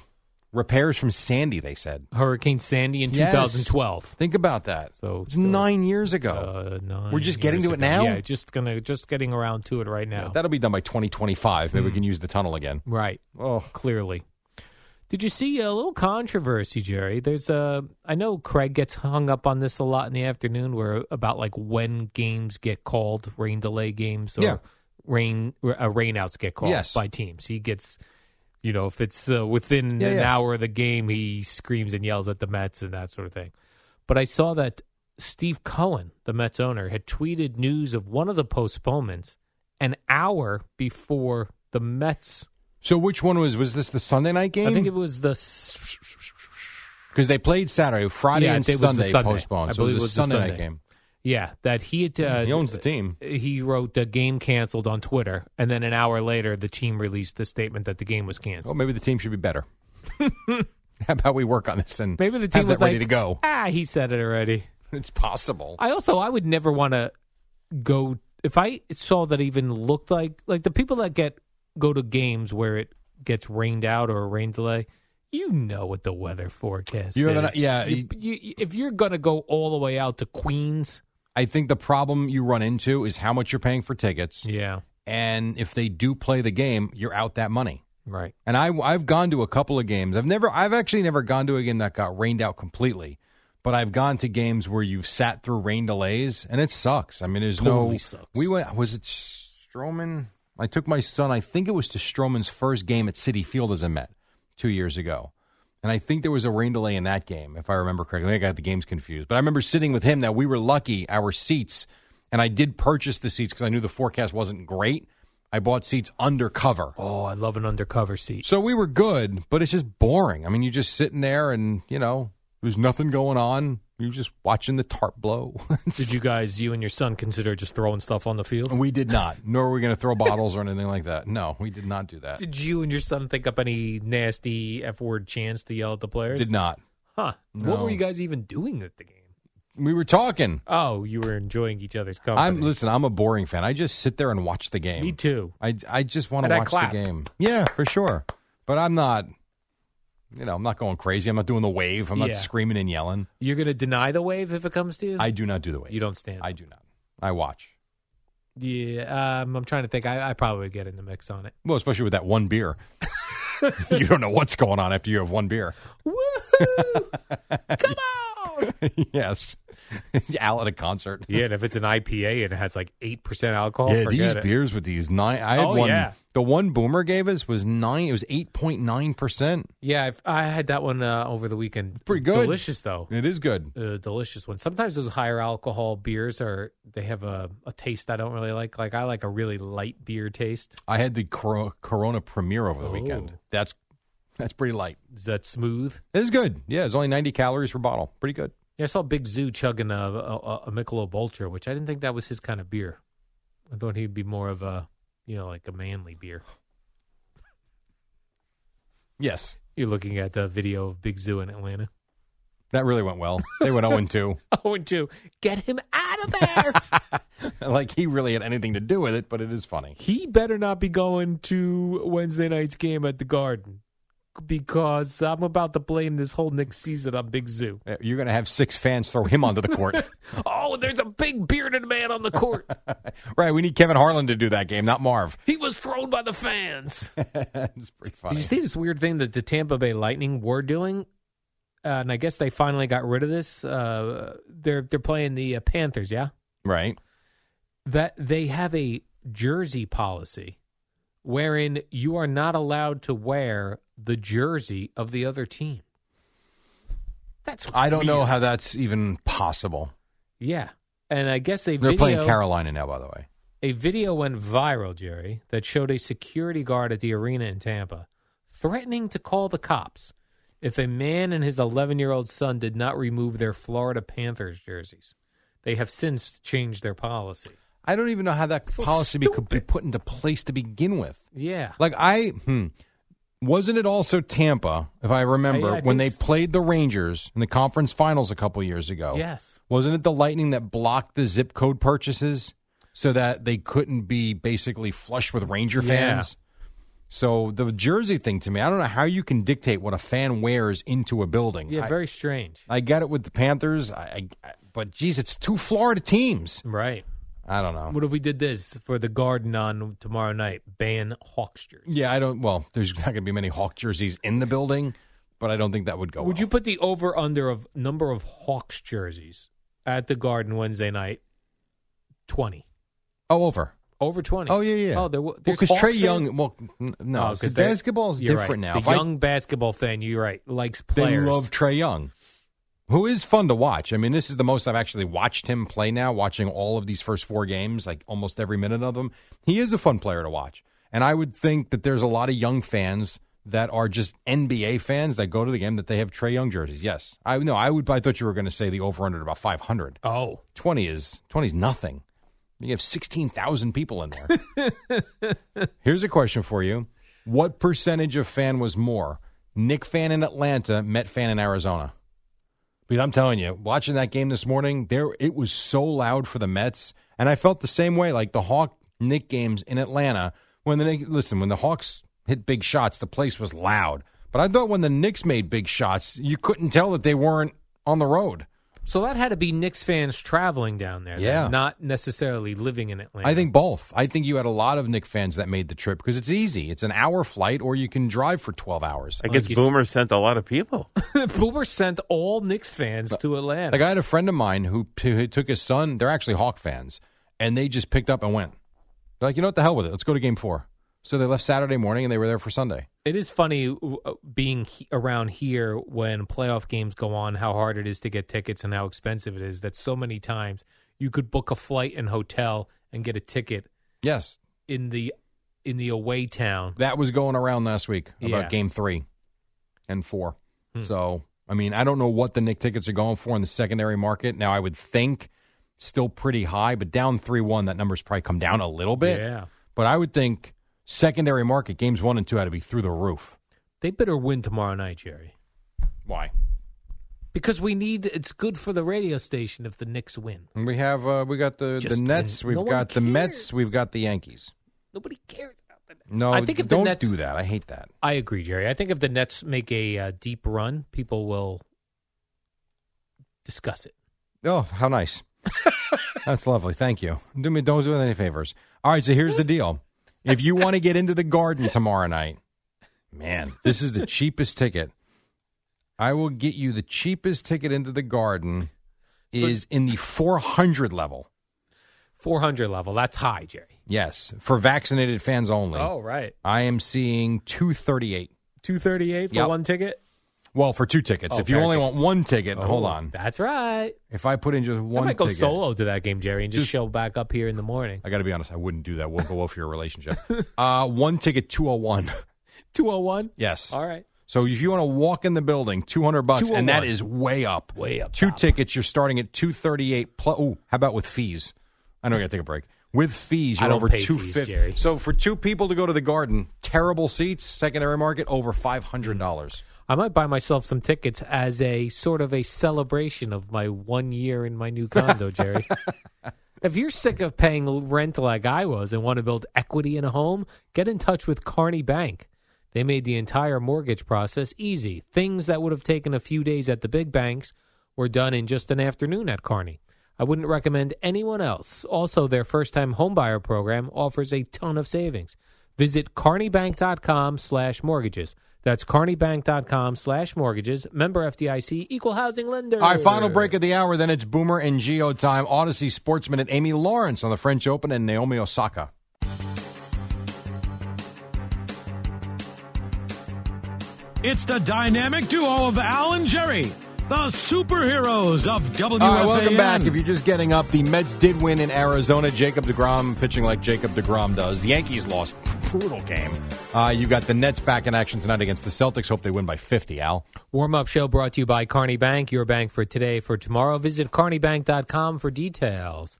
repairs from Sandy, they said.
Hurricane Sandy in
Yes.
2012.
Think about that.
So
it's nine years ago.
Uh, nine
We're just getting
years
to it
ago.
now?
Yeah, just gonna just getting around to it right now.
That'll be done by 2025. Maybe we
Hmm.
can use the tunnel again.
right.
Oh,
clearly. Did you see a little controversy, Jerry? There's a. I know Craig gets hung up on this a lot in the afternoon, where about like when games get called, rain delay games, or
Yeah.
rain uh, rainouts get called
Yes.
by teams. He gets, you know, if it's uh, within
Yeah,
an
yeah.
hour of the game, he screams and yells at the Mets and that sort of thing. But I saw that Steve Cohen, the Mets owner, had tweeted news of one of the postponements an hour before the Mets.
So which one was was this the Sunday night game?
I think it was the s-
because they played Saturday, Friday,
Yeah,
and
it was the
Sunday,
Sunday.
postponed.
I
so
believe it
the
was the
Sunday night
Sunday.
game.
Yeah, that he had, uh,
he owns the team.
He wrote the game canceled on Twitter, and then an hour later, the team released the statement that the game was
Well,
canceled.
Oh, maybe the team should be better. How about we work on this and
Maybe the team
Oh, have
was
that ready
like,
to go?
Ah, he said it already.
It's possible.
I also I would never want to go if I saw that even looked like like the people that get go to games where it gets rained out or a rain delay. You know what the weather forecast
You know
is.
that- yeah,
You- you- if you're gonna go all the way out to Queens,
I think the problem you run into is how much you're paying for tickets,
yeah,
and if they do play the game, you're out that money.
right,
And I, I've gone to a couple of games. I've never, I've actually never gone to a game that got rained out completely, but I've gone to games where you've sat through rain delays, and it sucks. I mean, there's no.
Totally sucks.
We went. Was it Stroman? I took my son. I think it was to Stroman's first game at City Field as a Met two years ago, and I think there was a rain delay in that game, if I remember correctly. I think I got the games confused, but I remember sitting with him that we were lucky our seats, and I did purchase the seats because I knew the forecast wasn't great. I bought seats undercover.
Oh, I love an undercover seat.
So we were good, but it's just boring. I mean, you're just sitting there and, you know, there's nothing going on. You're just watching the tarp blow.
Did you guys, you and your son, consider just throwing stuff on the field?
we did not, nor were we going to throw bottles or anything like that. No, we did not do that.
Did you and your son think up any nasty F word chants to yell at the players?
Did not.
Huh. What
No.
were you guys even doing at the game?
We were talking.
Oh, you were enjoying each other's company.
I'm listen. I'm a boring fan. I just sit there and watch the game.
Me too.
I, I just want
And
to
I
watch
clap.
the game. Yeah, for sure. But I'm not. You know, I'm not going crazy. I'm not doing the wave. I'm
Yeah.
not screaming and yelling.
You're going to deny the wave if it comes to you?
I do not do the wave.
You don't stand.
I do not. I watch.
yeah, um, I'm trying to think. I, I probably would get in the mix on it.
Well, especially with that one beer. you don't know what's going on after you have one beer. Come on! yes. Al at a concert.
Yeah, and if it's an IPA and it has like 8% alcohol,
yeah,
forget
these
it.
beers with these nine. I had
Oh,
one.
yeah.
The one Boomer gave us was nine. It was eight point nine percent.
Yeah, I've, I had that one uh, over the weekend.
Pretty good.
Delicious, though.
It is good.
uh, delicious one. Sometimes those higher alcohol beers are they have a, a taste I don't really like. Like I like a really light beer taste.
I had the Cor- Corona Premier over the
Oh.
weekend. That's that's pretty light.
Is that smooth?
It is good. Yeah, it's only ninety calories per bottle. Pretty good.
Yeah, I saw Big Zoo chugging a, a, a Michelob Ultra, which I didn't think that was his kind of beer. I thought he'd be more of a you know like a manly beer.
Yes,
You're looking at the video of Big Zoo in Atlanta.
that really went well. They went zero and two.
Oh, and two, get him out of there.
Like he really had anything to do with it, but it is funny.
he better not be going to Wednesday night's game at the Garden because I'm about to blame this whole next season on Big Zoo.
Uh, You're going to have six fans throw him onto the court.
Oh, there's a big bearded man on the court.
right. We need Kevin Harlan to do that game, not Marv.
he was thrown by the fans.
it's pretty
Did
funny.
you see this weird thing that the Tampa Bay Lightning were doing? Uh, and I guess they finally got rid of this. Uh, they're they're playing the uh, Panthers, yeah.
right.
That they have a jersey policy wherein you are not allowed to wear the jersey of the other team. That's
I don't know
weird.
how that's even possible.
Yeah. And I guess a
They're
video,
playing Carolina now, by the way.
A video went viral, Jerry, that showed a security guard at the arena in Tampa threatening to call the cops if a man and his 11 year old son did not remove their Florida Panthers jerseys. They have since changed their policy.
I don't even know how that policy be, could be put into place to begin with.
Yeah.
Like I hmm, wasn't it also Tampa, if I remember,
I- I think
when they
so.
played the Rangers in the conference finals a couple years ago.
Yes.
Wasn't it the Lightning that blocked the zip code purchases so that they couldn't be basically flush with Ranger
Yeah.
fans? So the jersey thing to me, I don't know how you can dictate what a fan wears into a building.
Yeah,
I-
very strange.
I get it with the Panthers, I, I, but geez, it's two Florida teams.
Right.
I don't know.
What if we did this for the garden on tomorrow night? Ban Hawks jerseys.
Yeah, I don't. Well, there's not going to be many Hawk jerseys in the building, but I don't think that would go.
Would you put the over under of number of Hawks jerseys at the Garden Wednesday night? Twenty
Oh, over.
over twenty.
Oh yeah, yeah.
Oh, there wa- there's
because Trey
Hawks
Young.
fans?
Well, n- no,
Oh,
because
they-
basketball is
you're
different
right.
now. If
The
I-
young basketball fan, you're right, likes
they
players.
love Trey Young, who is fun to watch. I mean, this is the most I've actually watched him play now. Watching all of these first four games, like almost every minute of them, he is a fun player to watch. And I would think that there's a lot of young fans that are just NBA fans that go to the game that they have Trey Young jerseys. Yes, I no, I would. I thought you were going to say the over under about 500.
Oh,
20 is 20 is nothing. You have 16,000 people in there. Here's a question for you. What percentage of fan was more? Nick fan in Atlanta, Met fan in Arizona. But I'm telling you, watching that game this morning, there it was so loud for the Mets, and I felt the same way like the Hawk Nick games in Atlanta when the Knick- listen, when the Hawks hit big shots, the place was loud. But I thought when the Knicks made big shots, you couldn't tell that they weren't on the road.
So that had to be Knicks fans traveling down there. then,
Yeah.
not necessarily living in Atlanta.
I think both. I think you had a lot of Nick fans that made the trip because it's easy. It's an hour flight, or you can drive for twelve hours.
I guess Boomer sent a lot of people.
Boomer sent all Knicks fans to Atlanta.
Like I had a friend of mine who, who took his son. They're actually Hawk fans, and they just picked up and went. They're like, you know what? The hell with it. Let's go to Game Four. So they left Saturday morning, and they were there for Sunday.
It is funny uh, being he- around here when playoff games go on, how hard it is to get tickets and how expensive it is. That so many times you could book a flight and hotel and get a ticket
Yes,
in the in the away town.
that was going around last week about
Yeah.
Game Three and Four. So I mean, I don't know what the Nick tickets are going for in the secondary market now. I would think still pretty high, but down three one, that number's probably come down a little bit.
Yeah,
But I would think secondary market games one and two had to be through the roof.
they better win tomorrow night, Jerry,
Why?
because we need. It's good for the radio station if the Knicks win.
We have uh, we got the
Just
the Nets,
win.
we've
No one
got the Mets, we've got the Yankees.
Nobody cares.
No,
I think if the
don't
Nets-
do that. I hate that.
I agree, Jerry. I think if the Nets make a uh, deep run, people will discuss it.
Oh, how nice. That's lovely. Thank you. Do me don't do it any favors. All right, so here's the deal. If you want to get into the garden tomorrow night, man, this is the cheapest ticket. I will get you the cheapest ticket into the garden
So-
is in the 400 level.
400 level. That's high, Jerry.
Yes, for vaccinated fans only.
Oh, right.
I am seeing 238.
238 for
Yep.
one ticket?
Well, for two tickets.
Oh,
if you
pair
only
tickets.
want one ticket, hold
Oh,
on.
That's right.
If I put in just
I
one
might go
ticket,
solo to that game, Jerry, and just, show back up here in the morning.
I got to be honest, I wouldn't do that. We'll go off your relationship. Uh, one ticket, 201.
201?
yes.
All right.
So if you want to walk in the building, 200 bucks, and that
201.
is way up.
Way up
Two tickets, you're starting at 238 plus. Oh, how about with fees? I know I got to take a break. With fees,
I
you're
don't
over
pay fees,
250.
Jerry.
So for two people to go to the garden, terrible seats, secondary market over $500. dollars
I might buy myself some tickets as a sort of a celebration of my one year in my new condo, Jerry. if you're sick of paying rent like I was and want to build equity in a home, get in touch with Carney Bank. They made the entire mortgage process easy. Things that would have taken a few days at the big banks were done in just an afternoon at Carney. I wouldn't recommend anyone else. Also, their first-time homebuyer program offers a ton of savings. Visit carneybank.com slash mortgages. That's carneybank.com slash mortgages. Member FDIC, equal housing lender.
All right, final break of the hour. Then it's Boomer and Geo time. Odyssey sportsman and Amy Lawrence on the French Open and Naomi Osaka.
It's the dynamic duo of Al and Jerry, The superheroes of WFAN.
All right, welcome back. If you're just getting up, the Mets did win in Arizona. Jacob DeGrom pitching like Jacob DeGrom does. The Yankees lost. Brutal game. Uh, you got the Nets back in action tonight against the Celtics. Hope they win by 50, Al.
Warm up show brought to you by Carney Bank, your bank for today, for tomorrow. Visit carneybank.com for details.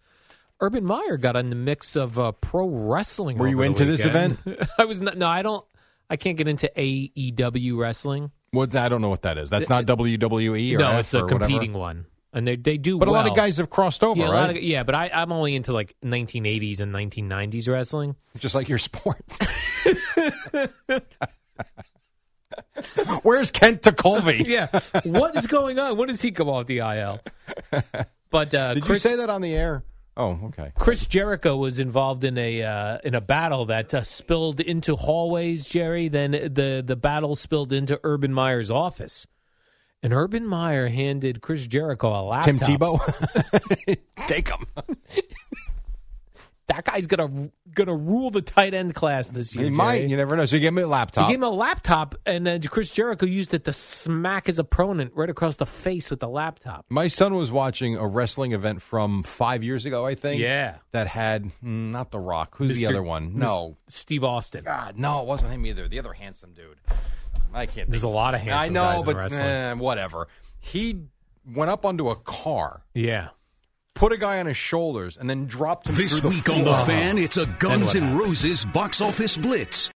Urban Meyer got in the mix of uh, pro wrestling.
Were you
over the
into this
weekend. I was not. No, I don't. I can't get into AEW wrestling.
What I don't know what that is. That's not WWE or
no,
F
it's a
or whatever.
competing one, and they they do.
But a lot
well.
of guys have crossed over,
yeah, a
right?
lot of- yeah, but I, I'm only into like 1980s and 1990s wrestling.
Just like your sports. Where's Kent Tacolvi?
yeah. What is going on? When does he come off the IL? But uh,
Did
Chris,
you say that on the air? Oh, okay.
Chris Jericho was involved in a uh, in a battle that uh, spilled into hallways. Jerry, then the the battle spilled into Urban Meyer's office, and Urban Meyer handed Chris Jericho a laptop.
Tim Tebow, take him.
That guy's gonna gonna rule the tight end class this year.
He might.
Jerry.
You never know. So you give me a laptop.
He gave him a laptop, and then Chris Jericho used it to smack his opponent right across the face with the laptop.
My son was watching a wrestling event from five years ago, I think.
Yeah.
That had mm, not The Rock. Who's the
Mr.
other one? No,
Steve Austin.
God, no, it wasn't him either. The other handsome dude. I can't.
There's a
think
lot of
his name.
handsome
I know,
guys in
but
wrestling.
eh, whatever. He went up onto a car,
Yeah.
put a guy on his shoulders, and then dropped him.
This
through
week
the
on The
floor.
Fan, it's a
Then
Guns
what
N'
happened?
Roses box office blitz.